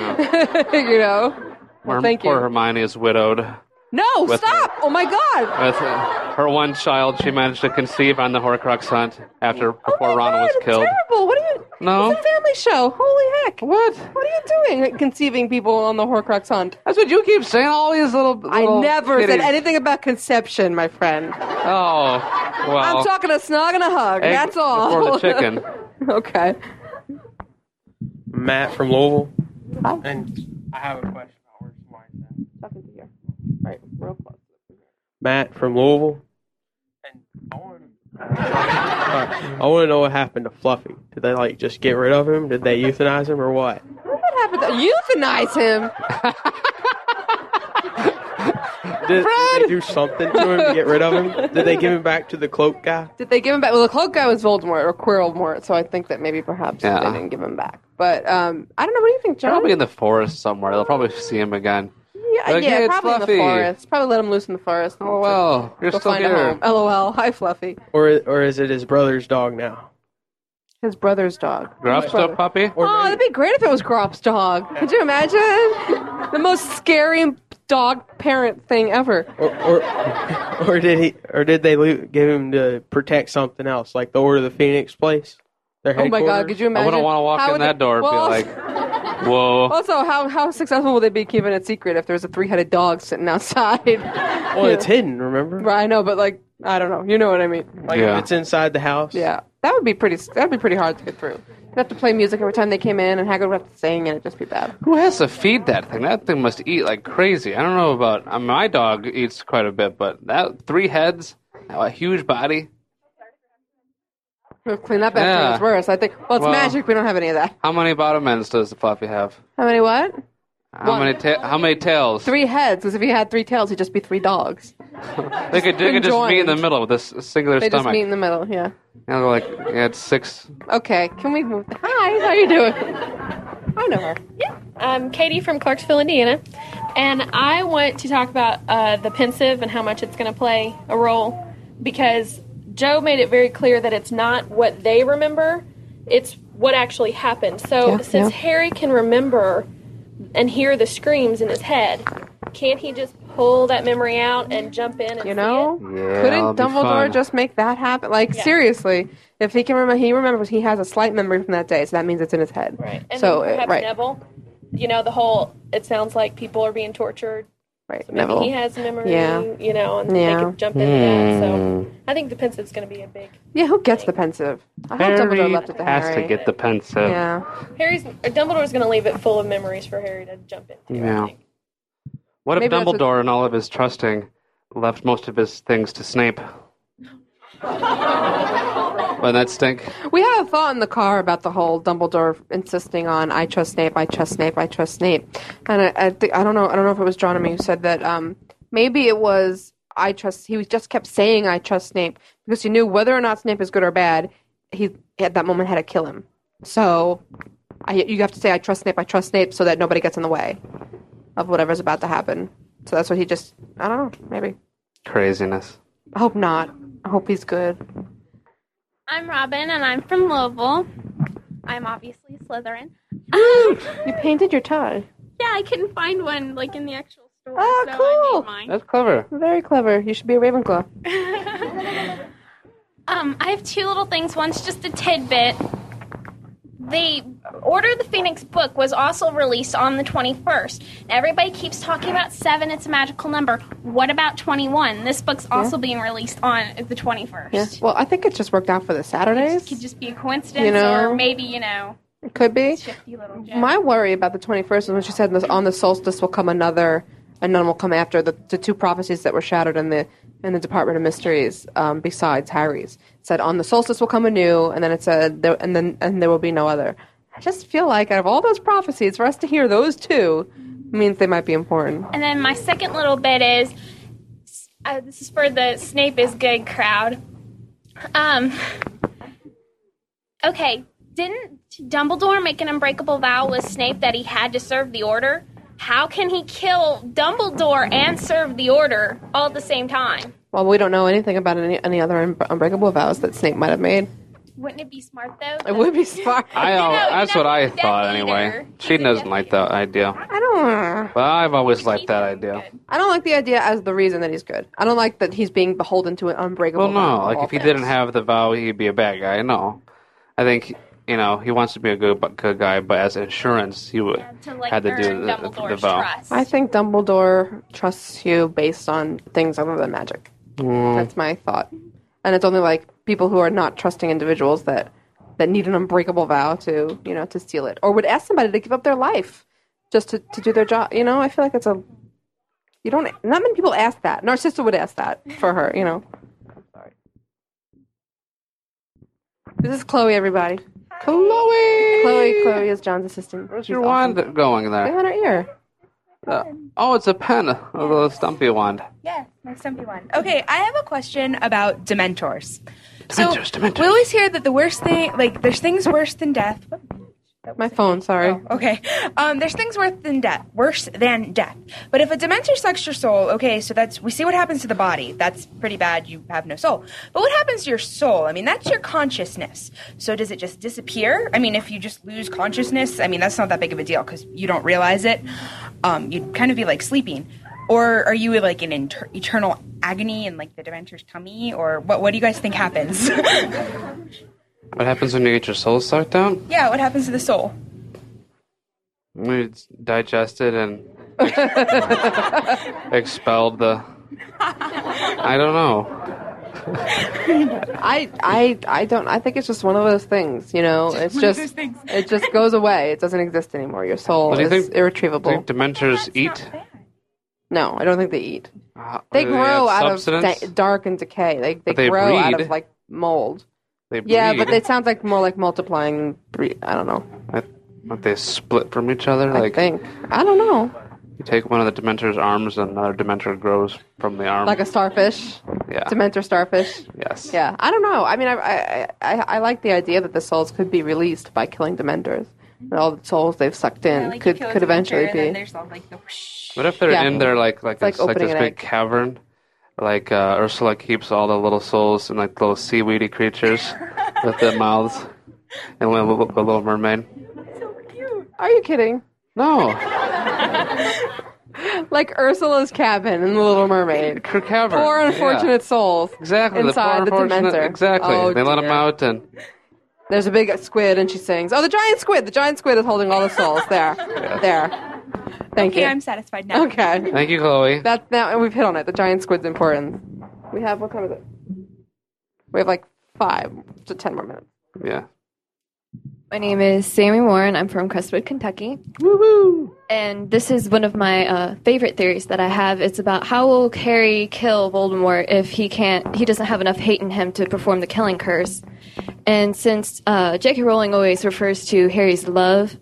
Speaker 5: know?
Speaker 1: poor,
Speaker 5: Well, thank
Speaker 1: poor
Speaker 5: you.
Speaker 1: Hermione is widowed.
Speaker 5: No,
Speaker 1: With-
Speaker 5: stop! Oh my god!
Speaker 1: With uh, her one child, she managed to conceive on the Horcrux hunt
Speaker 5: Oh
Speaker 1: after before Ron was killed.
Speaker 5: Terrible! What are you?
Speaker 1: No.
Speaker 5: It's a family show. Holy heck! What? What are you doing? Conceiving people on the Horcrux hunt.
Speaker 1: That's what you keep saying. All these little.
Speaker 5: I
Speaker 1: little
Speaker 5: never said
Speaker 1: kitties.
Speaker 5: anything about conception, my friend.
Speaker 1: Oh, well.
Speaker 5: I'm talking a snog and a hug.
Speaker 19: Egg
Speaker 5: that's all.
Speaker 19: before the chicken.
Speaker 5: okay.
Speaker 19: Matt from Louisville. And I have a question.
Speaker 5: Talking to you. Right, real close.
Speaker 19: Matt from Louisville. And I want to know what happened to Fluffy. Did they like just get rid of him? Did they euthanize him or what?
Speaker 5: What happened? To, euthanize him.
Speaker 19: Did, did they do something to him to get rid of him? Did they give him back to the cloak guy?
Speaker 5: Did they give him back? Well, the cloak guy was Voldemort or Quirrellmort, so I think that maybe perhaps
Speaker 1: Yeah.
Speaker 5: they didn't give him back. But um, I don't know. What do you think, John?
Speaker 1: Probably in the forest somewhere. They'll probably see him again.
Speaker 5: yeah,
Speaker 1: Like,
Speaker 5: yeah,
Speaker 1: "Hey, it's
Speaker 5: probably
Speaker 1: Fluffy."
Speaker 5: in the forest. Probably let him loose in the forest. and
Speaker 1: Oh, well, you're
Speaker 5: go
Speaker 1: still
Speaker 5: find
Speaker 1: here.
Speaker 5: a home. LOL. Hi, Fluffy.
Speaker 19: Or or is it his brother's dog now?
Speaker 5: His brother's dog.
Speaker 1: Gruff's
Speaker 5: brother.
Speaker 1: a puppy?
Speaker 5: oh, that'd be great if it was Grop's dog. Could you imagine? the most scary dog parent thing ever.
Speaker 19: Or or, or did he or did they lo- give him to protect something else like the Order of the Phoenix place? Their
Speaker 5: Oh my God,
Speaker 19: headquarters?
Speaker 5: could you imagine?
Speaker 1: wouldn't wanna walk
Speaker 5: how
Speaker 1: in
Speaker 5: would
Speaker 1: that door and be
Speaker 5: also-
Speaker 1: like, Whoa.
Speaker 5: Also, how, how successful will they be keeping it secret if there's a three headed dog sitting outside?
Speaker 19: Well, it's hidden. Remember?
Speaker 5: Right, I know, but like, I don't know. You know what I mean?
Speaker 19: Like
Speaker 1: Yeah.
Speaker 19: if it's inside the house.
Speaker 5: Yeah, that would be pretty. That'd be pretty hard to get through. You'd have to play music every time they came in, and Hagrid would have to sing, and it'd just be bad.
Speaker 1: Who has to feed that thing? That thing must eat like crazy. I don't know about I mean, my dog eats quite a bit, but that three heads, oh, a huge body.
Speaker 5: We'll clean up after
Speaker 1: Yeah.
Speaker 5: it's worse. I think. Well, it's
Speaker 1: Well-
Speaker 5: magic. We don't have any of that.
Speaker 1: How many bottom ends does the Fluffy have?
Speaker 5: How many what?
Speaker 1: How
Speaker 5: One.
Speaker 1: many ta- how many tails?
Speaker 5: Three heads. Because if he had three tails, he'd just be three dogs.
Speaker 1: They could, they could just meet in the middle with this singular
Speaker 5: they
Speaker 1: stomach.
Speaker 5: just meet in the middle. Yeah.
Speaker 1: And they're like, yeah, it's six.
Speaker 5: Okay. Can we move? Hi. How you doing? I know her.
Speaker 20: I'm Katie from Clarksville, Indiana, and I want to talk about uh, the pensive and how much it's going to play a role because Joe made it very clear that it's not what they remember, it's what actually happened. So,
Speaker 21: Yeah,
Speaker 20: since
Speaker 21: yeah.
Speaker 20: Harry can remember and hear the screams in his head, can't he just pull that memory out and jump in and
Speaker 5: You know? Couldn't Dumbledore just make that happen? Like seriously, if he can remember, he remembers he has a slight memory from that day, so that means it's in his head. Right.
Speaker 20: And
Speaker 5: so
Speaker 20: then
Speaker 5: uh,
Speaker 20: perhaps
Speaker 5: right.
Speaker 20: Neville. You know, the whole it sounds like people are being tortured.
Speaker 5: Right.
Speaker 20: So maybe
Speaker 5: Neville.
Speaker 20: he has a memory,
Speaker 5: Yeah.
Speaker 20: you know, and
Speaker 5: Yeah.
Speaker 20: they could jump
Speaker 1: Hmm.
Speaker 5: Hmm.
Speaker 20: into that. So I think the pensive's going to be a big.
Speaker 5: Yeah, who gets the pensive? I hope Dumbledore left it to
Speaker 1: has
Speaker 5: Harry.
Speaker 1: to get the pensive.
Speaker 5: Yeah.
Speaker 20: Harry's or Dumbledore's going to leave it full of memories for Harry to jump in.
Speaker 1: Yeah. What if
Speaker 20: Maybe that's what-
Speaker 1: Dumbledore and all of his trusting left most of his things to Snape? Wouldn't that stink?
Speaker 5: We had a thought in the car about the whole Dumbledore insisting on "I trust Snape, I trust Snape, I trust Snape," and I, I, thi- I don't know, I don't know if it was John or me who said that. Um, maybe it was "I trust." He was just kept saying "I trust Snape" because he knew whether or not Snape is good or bad, he at that moment had to kill him. So, I, you have to say "I trust Snape, I trust Snape," so that nobody gets in the way of whatever's about to happen. So that's what he just. I don't know. Maybe.
Speaker 1: Craziness.
Speaker 5: I hope not. I hope he's good.
Speaker 22: I'm Robin, and I'm from Louisville. I'm obviously Slytherin.
Speaker 5: You painted your tie.
Speaker 22: Yeah, I couldn't find one like in the actual store.
Speaker 5: Oh,
Speaker 22: so
Speaker 5: cool.
Speaker 22: I made mine.
Speaker 1: That's clever.
Speaker 5: Very clever. You should be a Ravenclaw.
Speaker 22: Um, I have two little things. One's just a tidbit. The Order of the Phoenix book was also released on the 21st. Everybody keeps talking about seven; it's a magical number. What about 21? This book's also being released on the 21st.
Speaker 5: Yeah. Well, I think it just worked out for the Saturdays.
Speaker 22: Could just be a coincidence,
Speaker 5: You know?
Speaker 22: or maybe you know,
Speaker 5: It could be.
Speaker 22: shifty little.
Speaker 5: My worry about the 21st is when she said this, on the solstice will come another, and none will come after the, the two prophecies that were shattered in the in the Department of Mysteries. Um, besides Harry's, it said on the solstice will come a new, and then it said there, and then and there will be no other. I just feel like out of all those prophecies, for us to hear those two means they might be important.
Speaker 22: And then my second little bit is uh, this is for the Snape is good crowd. Um, okay, didn't Dumbledore make an unbreakable vow with Snape that he had to serve the Order? How can he kill Dumbledore and serve the Order all at the same time?
Speaker 5: Well, we don't know anything about any any other un- unbreakable vows that Snape might have made.
Speaker 22: Wouldn't it be smart though?
Speaker 5: It would be smart.
Speaker 1: I know, that's what I thought anyway. She doesn't like that idea.
Speaker 5: I don't.
Speaker 1: But I've always liked that idea.
Speaker 5: I don't like the idea as the reason that he's good. I don't like that he's being beholden to an unbreakable.
Speaker 1: Well, no,
Speaker 5: bond of
Speaker 1: like
Speaker 5: all
Speaker 1: if he
Speaker 5: things.
Speaker 1: didn't have the vow, he'd be a bad guy. No, I think you know he wants to be a good bu- good guy, but as insurance, he would
Speaker 22: to, like,
Speaker 1: had to do
Speaker 22: earn
Speaker 1: the, the
Speaker 22: Dumbledore's
Speaker 1: vow.
Speaker 22: trust.
Speaker 5: I think Dumbledore trusts you based on things other than magic.
Speaker 1: Mm.
Speaker 5: That's my thought, and it's only like people who are not trusting individuals that that need an unbreakable vow to you know to steal it, or would ask somebody to give up their life just to, to do their job. You know, I feel like it's a you don't not many people ask that. Narcissa would ask that for her. You know. This is Chloe, everybody. Chloe. Chloe. Chloe is John's assistant. Where's
Speaker 1: your wand going there?
Speaker 5: on her ear.
Speaker 1: Uh, oh, it's a pen, a little stumpy wand.
Speaker 2: Yeah, my stumpy one. Okay, I have a question about Dementors.
Speaker 1: Dementors,
Speaker 2: so
Speaker 1: Dementors.
Speaker 2: we always hear that the worst thing, like there's things worse than death. What?
Speaker 5: My phone, sorry.
Speaker 2: Okay, um, there's things worse than death, worse than death. But if a Dementor sucks your soul, okay, so that's we see what happens to the body. That's pretty bad. You have no soul. But what happens to your soul? I mean, that's your consciousness. So does it just disappear? I mean, if you just lose consciousness, I mean that's not that big of a deal because you don't realize it. Um, you'd kind of be like sleeping. Or are you like in inter- eternal agony in like the Dementor's tummy, or what? What do you guys think happens?
Speaker 1: What happens when you get your soul sucked out?
Speaker 2: yeah, what happens to the soul?
Speaker 1: It's digested and expelled the. I don't know.
Speaker 5: I I I don't. I think it's just one of those things. You know, it's
Speaker 1: one of
Speaker 5: just
Speaker 1: those things.
Speaker 5: it just goes away. It doesn't exist anymore. Your soul
Speaker 1: Well, do you
Speaker 5: is
Speaker 1: think-
Speaker 5: irretrievable.
Speaker 1: Do Dementors eat?
Speaker 5: no, I don't think they eat.
Speaker 1: Uh,
Speaker 5: They
Speaker 1: do
Speaker 5: grow
Speaker 1: have
Speaker 5: out
Speaker 1: substance?
Speaker 5: of da- dark and decay. They they,
Speaker 1: But they
Speaker 5: grow out of
Speaker 1: breed.
Speaker 5: like mold.
Speaker 1: They
Speaker 5: Yeah, but
Speaker 1: breed.
Speaker 5: it sounds like more like multiplying. than Breed. I don't know.
Speaker 1: I- But they split from each other. like
Speaker 5: think. I don't know.
Speaker 1: You take one of the Dementor's arms, and another Dementor grows from the arm.
Speaker 5: Like a starfish.
Speaker 1: Yeah.
Speaker 5: Dementor starfish.
Speaker 1: Yes.
Speaker 5: Yeah. I don't know. I mean, I I, I I like the idea that the souls could be released by killing Dementors. And all the souls they've sucked in could could eventually be.
Speaker 1: What if they're
Speaker 5: Yeah.
Speaker 1: in there like like
Speaker 5: It's like
Speaker 1: it's like
Speaker 5: opening
Speaker 1: this
Speaker 5: an
Speaker 1: big
Speaker 5: egg.
Speaker 1: cavern? Like uh, Ursula keeps all the little souls and like little seaweedy creatures with their mouths, and the little, the little mermaid.
Speaker 5: Are you kidding?
Speaker 1: No.
Speaker 5: like Ursula's cabin in The Little Mermaid.
Speaker 1: Her cabin.
Speaker 5: Poor unfortunate
Speaker 1: yeah.
Speaker 5: souls.
Speaker 1: Exactly.
Speaker 5: Inside the,
Speaker 1: poor unfortunate-
Speaker 5: Dementor.
Speaker 1: Exactly.
Speaker 5: Oh,
Speaker 1: they let 'em let them
Speaker 5: dear.
Speaker 1: out, and
Speaker 5: There's a big squid, and she sings, "Oh, the giant squid! The giant squid is holding all the souls." There, there. Thank
Speaker 2: okay,
Speaker 5: you.
Speaker 2: I'm satisfied now.
Speaker 5: Okay.
Speaker 1: thank you, Chloe.
Speaker 5: That now we've hit on it. The giant squid's important. We have what time is it? We have like five to ten more minutes.
Speaker 1: Yeah.
Speaker 21: My name is Sammy Warren. I'm from Crestwood, Kentucky.
Speaker 5: Woo
Speaker 21: And this is one of my uh, favorite theories that I have. It's about how will Harry kill Voldemort if he can't, he doesn't have enough hate in him to perform the killing curse. And since uh, J.K. Rowling always refers to Harry's love,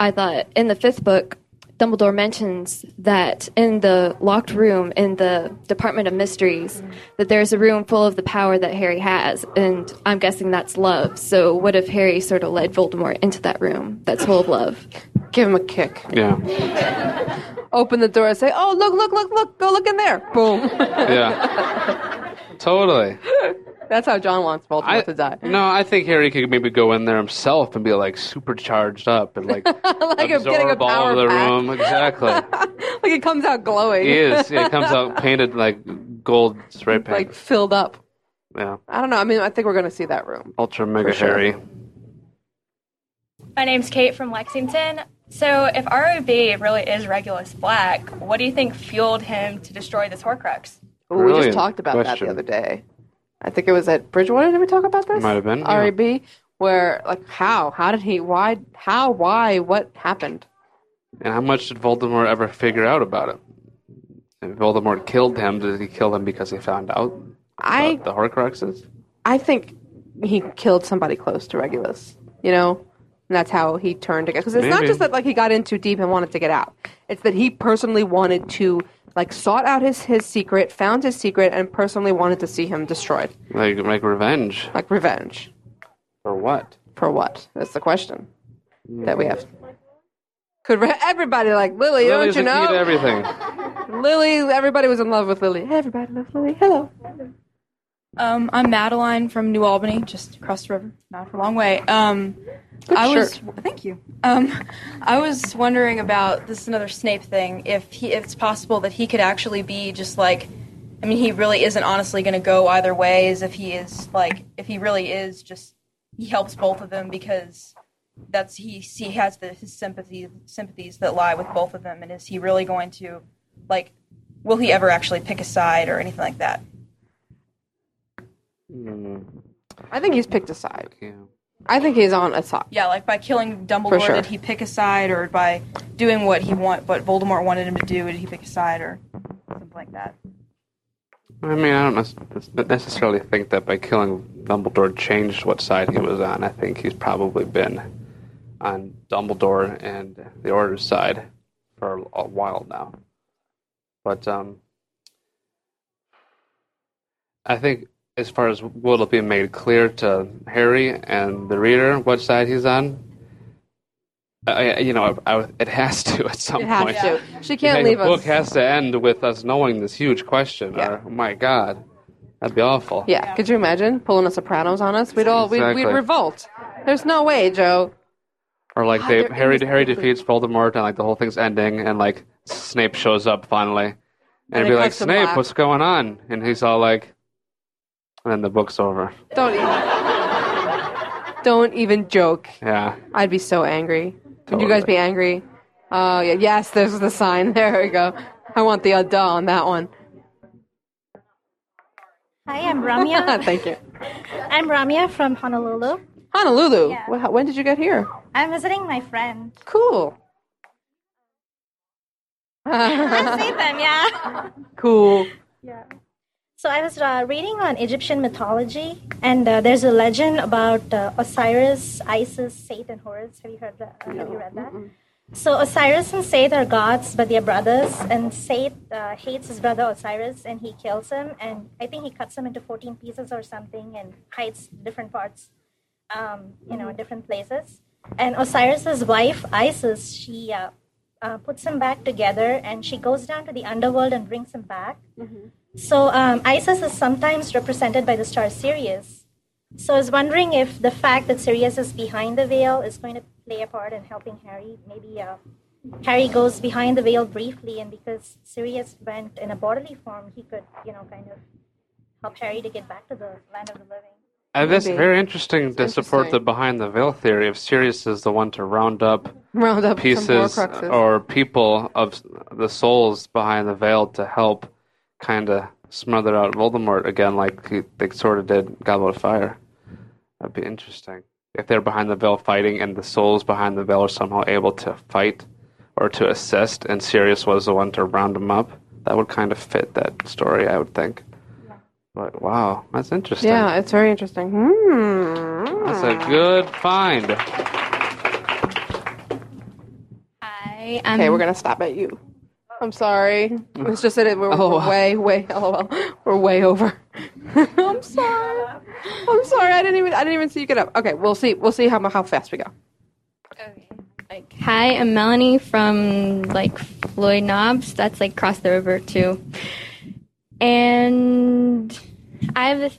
Speaker 21: I thought in the fifth book, Dumbledore mentions that in the locked room in the Department of Mysteries, that there's a room full of the power that Harry has, and I'm guessing that's love. So, what if Harry sort of led Voldemort into that room that's full of love?
Speaker 5: Give him a kick.
Speaker 1: Yeah.
Speaker 5: Open the door and say, "Oh, look, look, look, look! Go look in there!" Boom.
Speaker 1: Yeah. totally.
Speaker 5: That's how John wants Voldemort
Speaker 1: I-
Speaker 5: to die.
Speaker 1: No, I think Harry could maybe go in there himself and be like supercharged up and like
Speaker 5: like I'm getting a
Speaker 1: absorb all
Speaker 5: power
Speaker 1: of the
Speaker 5: pack.
Speaker 1: room. Exactly.
Speaker 5: Like it comes out glowing.
Speaker 1: He is. He comes out painted like gold spray paint.
Speaker 5: like filled up.
Speaker 1: yeah.
Speaker 5: I don't know. I mean, I think we're gonna see that room.
Speaker 1: Ultra mega
Speaker 5: sure.
Speaker 1: hairy.
Speaker 15: My name's Kate from Lexington. So, if ROB really is Regulus Black, what do you think fueled him to destroy this Horcrux?
Speaker 5: Ooh, we just
Speaker 1: Brilliant
Speaker 5: talked about
Speaker 1: question.
Speaker 5: that the other day. I think it was at Bridgewater. Did we talk about this?
Speaker 1: Might have been, yeah.
Speaker 5: REB. Where like how? How did he? Why? How? Why? What happened?
Speaker 1: And how much did Voldemort ever figure out about it? If Voldemort killed him, did he kill him because he found out
Speaker 5: I-
Speaker 1: about the Horcruxes?
Speaker 5: I think he killed somebody close to Regulus. You know. And that's how he turned again. Because it's not
Speaker 1: Maybe.
Speaker 5: just that like he got in too deep and wanted to get out. It's that he personally wanted to like sought out his his secret, found his secret, and personally wanted to see him destroyed.
Speaker 1: Like like revenge.
Speaker 5: Like revenge.
Speaker 1: For what?
Speaker 5: For what? That's the question that we have. Could re- everybody like Lily?
Speaker 1: Lily's
Speaker 5: don't
Speaker 1: the
Speaker 5: you
Speaker 1: key to
Speaker 5: know?
Speaker 1: everything.
Speaker 5: Lily, everybody was in love with Lily. Hey, everybody loves Lily. Hello.
Speaker 23: Um, I'm Madeline from New Albany, just across the river, not a long way. Um,
Speaker 5: Good
Speaker 23: I
Speaker 5: shirt.
Speaker 23: was thank you. Um, I was wondering about this is another Snape thing. If he, if it's possible that he could actually be just like, I mean, he really isn't honestly going to go either way. Is if he is like, if he really is just he helps both of them because that's he he has the his sympathy sympathies that lie with both of them, and is he really going to like? Will he ever actually pick a side or anything like that?
Speaker 5: I think he's picked a side. I think he's on a side.
Speaker 23: Yeah, like by killing
Speaker 5: For
Speaker 23: Dumbledore,
Speaker 5: sure.
Speaker 23: did he pick a side, or by doing what he want, what Voldemort wanted him to do, did he pick a side, or something like that?
Speaker 1: I mean, I don't nec- necessarily think that by killing Dumbledore changed what side he was on. I think he's probably been on Dumbledore and the Order's side. for a, a while now. But um, I think as far as will it be made clear to Harry and the reader what side he's on, I, I- you know, I, I, it has to at some
Speaker 5: It has
Speaker 1: point.
Speaker 5: to. She
Speaker 1: I
Speaker 5: can't
Speaker 1: mean,
Speaker 5: leave
Speaker 1: the book
Speaker 5: us.
Speaker 1: has to end with us knowing this huge question.
Speaker 5: Yeah.
Speaker 1: Or, oh my God, that'd be awful.
Speaker 5: Yeah. Could you imagine pulling a Sopranos on us? We'd all we'd,
Speaker 1: Exactly.
Speaker 5: we'd revolt. There's no way, Joe.
Speaker 1: Or like
Speaker 5: God,
Speaker 1: they
Speaker 5: they're
Speaker 1: Harry
Speaker 5: always
Speaker 1: Harry
Speaker 5: ugly.
Speaker 1: defeats Voldemort and like the whole thing's ending and like Snape shows up finally
Speaker 5: And
Speaker 1: and
Speaker 5: it
Speaker 1: be like
Speaker 5: cuts to
Speaker 1: Snape,
Speaker 5: black."
Speaker 1: what's going on? And he's all like, and then the book's over.
Speaker 5: Don't even. Don't even joke.
Speaker 1: Yeah,
Speaker 5: I'd be so angry. Would you guys be angry? Oh yeah. Yes. There's the sign. There we go. I want the uh, duh on that one.
Speaker 6: Hi, I'm Ramya.
Speaker 5: Thank you.
Speaker 6: I'm Ramya from Honolulu.
Speaker 5: Honolulu.
Speaker 6: Yeah.
Speaker 5: Wh- When did you get here?
Speaker 6: I'm visiting my friend.
Speaker 5: Cool.
Speaker 6: I see them, yeah.
Speaker 5: Cool.
Speaker 6: Yeah. So I was uh, reading on Egyptian mythology, and uh, there's a legend about uh, Osiris, Isis, Satan, Horus. Have you heard that? Uh, Have you read that? So Osiris and Seth are gods, but they're brothers. And Seth uh, hates his brother Osiris, and he kills him. And I think he cuts him into 14 pieces or something, and hides different parts, um, you know, different places. And Osiris's wife Isis, she uh, uh, puts him back together, and she goes down to the underworld and brings him back. So um, Isis is sometimes represented by the star Sirius. So I was wondering if the fact that Sirius is behind the veil is going to play a part in helping Harry. Maybe uh, Harry goes behind the veil briefly, and because Sirius went in a bodily form, he could, you know, kind of help Harry to get back to the land of the living.
Speaker 1: and Uh, that's
Speaker 6: Maybe.
Speaker 1: very interesting to support the behind the veil theory. If Sirius is the one to round up
Speaker 5: Round up some
Speaker 1: pieces
Speaker 5: Horcruxes.
Speaker 1: or people of s- the souls behind the veil to help, kind of smother out Voldemort again, like he, they sort of did Goblet of Fire. That'd be interesting. If they're behind the veil fighting, and the souls behind the veil are somehow able to fight or to assist, and Sirius was the one to round them up, that would kind of fit that story, I would think. But wow, that's interesting.
Speaker 5: Yeah, it's very interesting. Hmm.
Speaker 1: That's a good find.
Speaker 5: Okay, we're gonna stop at you. I'm sorry. It's just that it, we're,
Speaker 6: Oh.
Speaker 5: we're way, way, lol. We're way over. I'm sorry. I'm sorry. I didn't even. I didn't even see you get up. Okay, we'll see. We'll see how mu- how fast we go.
Speaker 11: Hi, I'm Melanie from like Floyd Knobs. That's like across the river too. And I have this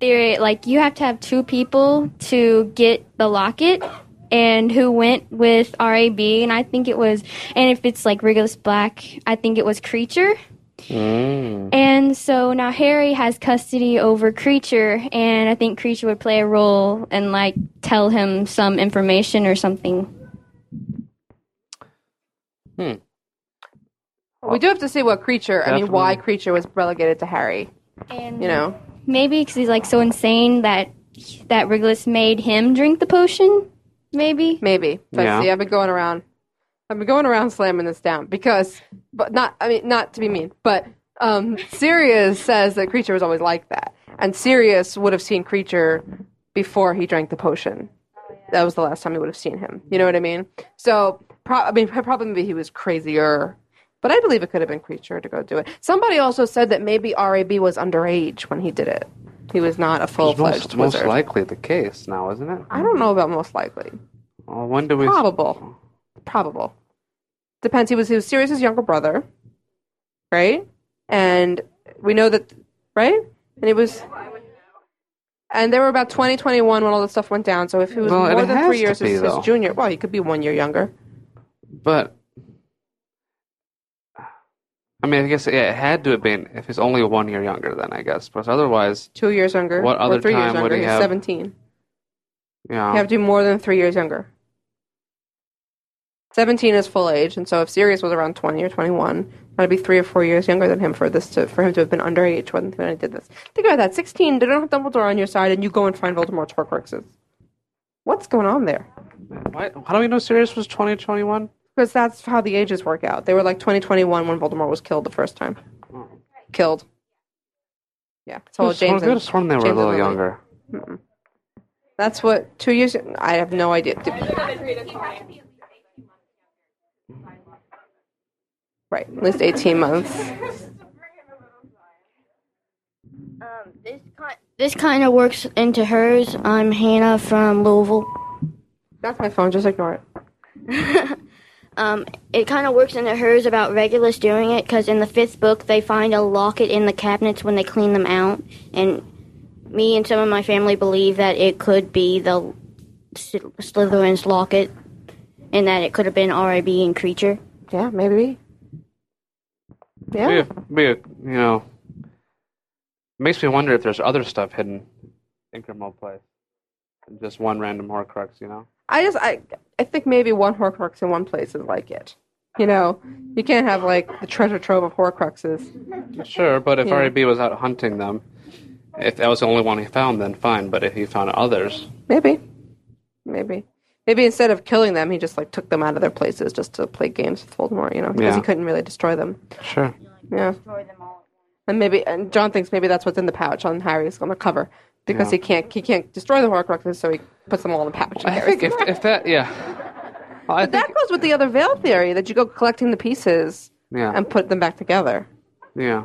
Speaker 11: theory like you have to have two people to get the locket and who went with RAB and I think it was and if it's like Regulus Black, I think it was Creature.
Speaker 1: Mm.
Speaker 11: And so now Harry has custody over Creature, and I think Creature would play a role and like tell him some information or something.
Speaker 1: Hmm.
Speaker 5: Well, we do have to see what creature. I mean,
Speaker 11: Definitely.
Speaker 5: why creature was relegated to Harry?
Speaker 11: And
Speaker 5: You know.
Speaker 11: maybe because he's like so insane that that Regulus made him drink the potion. Maybe.
Speaker 5: Maybe. But
Speaker 11: Yeah.
Speaker 5: see, I've been going around. I've been going around slamming this down because, but not. I mean, not to be mean, but um, Sirius says that creature was always like that, and Sirius would have seen creature before he drank the potion. That was the last time he would have seen him. You know what I mean? So, pro- I mean, probably he was crazier, but I believe it could have been creature to go do it. Somebody also said that maybe Rab was underage when he did it. He was not a full
Speaker 1: It's
Speaker 5: fledged
Speaker 1: most, most
Speaker 5: wizard.
Speaker 1: likely the case now, isn't it?
Speaker 5: I don't know about most likely.
Speaker 1: Well, when do we?
Speaker 5: Probable. Probable. Depends. He was, he was Sirius's younger brother, right? And we know that, right? And he was. And they were about 20, 21 when all this stuff went down. So if he was
Speaker 1: Well, it
Speaker 5: more than
Speaker 1: has
Speaker 5: three
Speaker 1: to
Speaker 5: years
Speaker 1: be,
Speaker 5: his, his
Speaker 1: though.
Speaker 5: junior, well, he could be one year younger.
Speaker 1: But I mean, I guess yeah, it had to have been if he's only one year younger. Then I guess, because otherwise,
Speaker 5: Two years younger.
Speaker 1: What
Speaker 5: or
Speaker 1: other
Speaker 5: three years
Speaker 1: time would
Speaker 5: younger.
Speaker 1: he
Speaker 5: He's
Speaker 1: have-
Speaker 5: 17.
Speaker 1: you
Speaker 5: You have
Speaker 1: know,
Speaker 5: to be more than three years younger. 17 is full age. And so if Sirius was around 20 or 21, that'd be three or four years younger than him for this to, for him to have been underage when, when he did this. Think about that. 16, they don't have Dumbledore on your side, and you go and find Voldemort's Horcruxes. What's going on there?
Speaker 1: why, how do we know Sirius was twenty twenty one?
Speaker 5: Because that's how the ages work out. They were like 2021 when Voldemort was killed the first time.
Speaker 1: Hmm.
Speaker 5: Killed. Yeah. So James.
Speaker 1: Good
Speaker 5: and-
Speaker 1: sworn they were
Speaker 5: James
Speaker 1: a
Speaker 5: and
Speaker 1: little
Speaker 5: Lily.
Speaker 1: younger.
Speaker 5: Mm-mm. That's what two years. I have no idea. Right, at least 18 months.
Speaker 7: Um, this kind this kind of works into hers. I'm Hannah from Louisville.
Speaker 5: That's my phone. Just ignore it.
Speaker 7: Um, it kind of works into hers about Regulus doing it because in the fifth book they find a locket in the cabinets when they clean them out, and me and some of my family believe that it could be the Sly- Slytherin's locket, and that it could have been RIB and creature.
Speaker 5: Yeah, maybe.
Speaker 1: Be a, be a, you know, makes me wonder if there's other stuff hidden in Grimald Place. than Just one random Horcrux, you know?
Speaker 5: I just I I think maybe one Horcrux in one place is like it. You know, you can't have like the treasure trove of Horcruxes.
Speaker 1: Sure, but if
Speaker 5: Yeah.
Speaker 1: RAB was out hunting them, if that was the only one he found, then fine. But if he found others,
Speaker 5: Maybe, maybe, maybe instead of killing them, he just like took them out of their places just to play games with Voldemort. You know, because
Speaker 1: Yeah.
Speaker 5: he couldn't really destroy them.
Speaker 1: sure.
Speaker 5: Yeah. And maybe and John thinks maybe that's what's in the pouch on Harry's on the cover because
Speaker 1: Yeah.
Speaker 5: he can't he can't destroy the Horcruxes, so he puts them all in the pouch.
Speaker 1: I think if, if that, yeah. Well, I
Speaker 5: but that goes with the other veil theory that you go collecting the pieces
Speaker 1: Yeah.
Speaker 5: and put them back together.
Speaker 1: Yeah.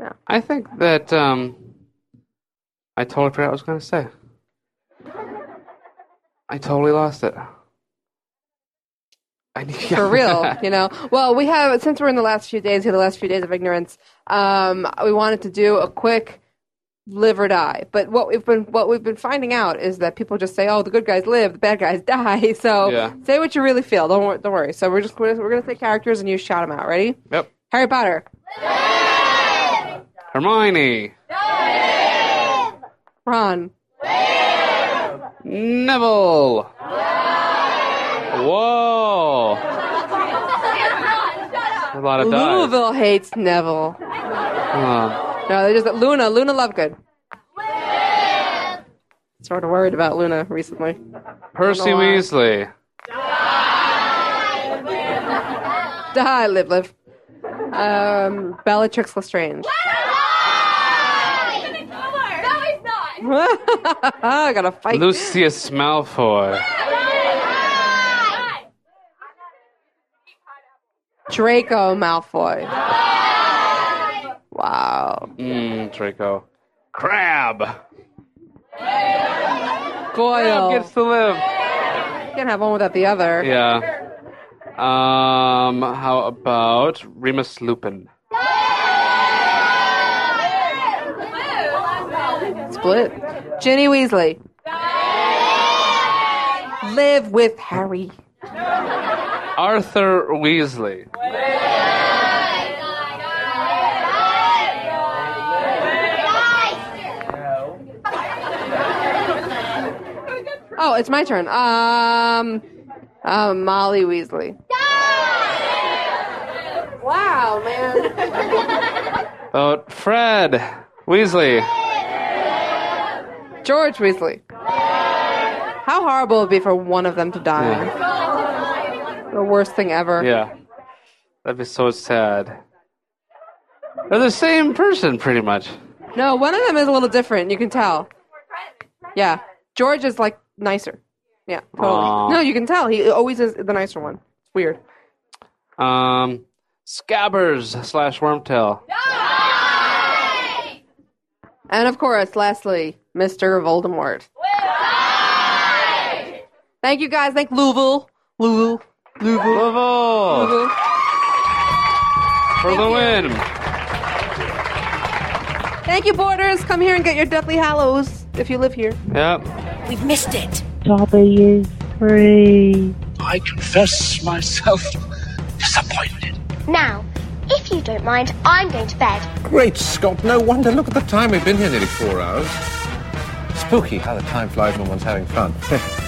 Speaker 5: Yeah.
Speaker 1: I think that um I totally forgot what I was gonna say. I totally lost it. I need
Speaker 5: for real, you know. Well, we have since we're in the last few days, here the last few days of ignorance. Um, we wanted to do a quick live or die, but what we've been what we've been finding out is that people just say, "Oh, the good guys live, the bad guys die." So
Speaker 1: Yeah.
Speaker 5: say what you really feel. Don't wor- don't worry. So we're just we're, we're gonna say characters and you shout them out. Ready?
Speaker 1: Yep.
Speaker 5: Harry Potter,
Speaker 1: Hermione.
Speaker 5: Ron,
Speaker 1: Neville. Whoa. A lot of dives.
Speaker 5: Louisville hates Neville.
Speaker 1: Uh,
Speaker 5: No, they just Luna. Luna Lovegood. Sort of worried about Luna recently.
Speaker 1: Percy
Speaker 5: Don't know why.
Speaker 1: Weasley.
Speaker 5: Die, live, live. Um, Bellatrix Lestrange.
Speaker 24: No, he's not.
Speaker 5: I gotta fight.
Speaker 1: Lucius Malfoy.
Speaker 5: Draco Malfoy. Wow.
Speaker 1: Mmm, Draco. Crab.
Speaker 5: Goyle.
Speaker 1: gets to live.
Speaker 5: Can't have one without the other.
Speaker 1: Yeah. Um, how about Remus Lupin?
Speaker 5: Split. Ginny Weasley. Live with Harry.
Speaker 1: Arthur Weasley.
Speaker 5: Oh, it's my turn. Um, uh, Molly Weasley. Wow, man.
Speaker 1: About Fred Weasley.
Speaker 5: George Weasley. How horrible it would be for one of them to die. The worst thing ever.
Speaker 1: Yeah. That'd be so sad. They're the same person, pretty much.
Speaker 5: No, one of them is a little different. You can tell. Yeah, George is like nicer. Yeah, totally.
Speaker 1: Aw.
Speaker 5: No, you can tell. He always is the nicer one. It's weird.
Speaker 1: Um, Scabbers slash Wormtail.
Speaker 5: And of course, lastly, Mr. Voldemort. Thank you guys. Thank Louisville. Louisville. Louisville.
Speaker 1: Louisville. For the win.
Speaker 5: Thank you, Borders. Come here and get your Deathly Hallows if you live here.
Speaker 1: Yep.
Speaker 5: We've missed it.
Speaker 25: W three.
Speaker 17: I confess myself disappointed. Now, if you don't mind, I'm going to bed.
Speaker 12: Great Scott, no wonder. Look at the time. We've been here nearly four hours. Spooky how the time flies when one's having fun.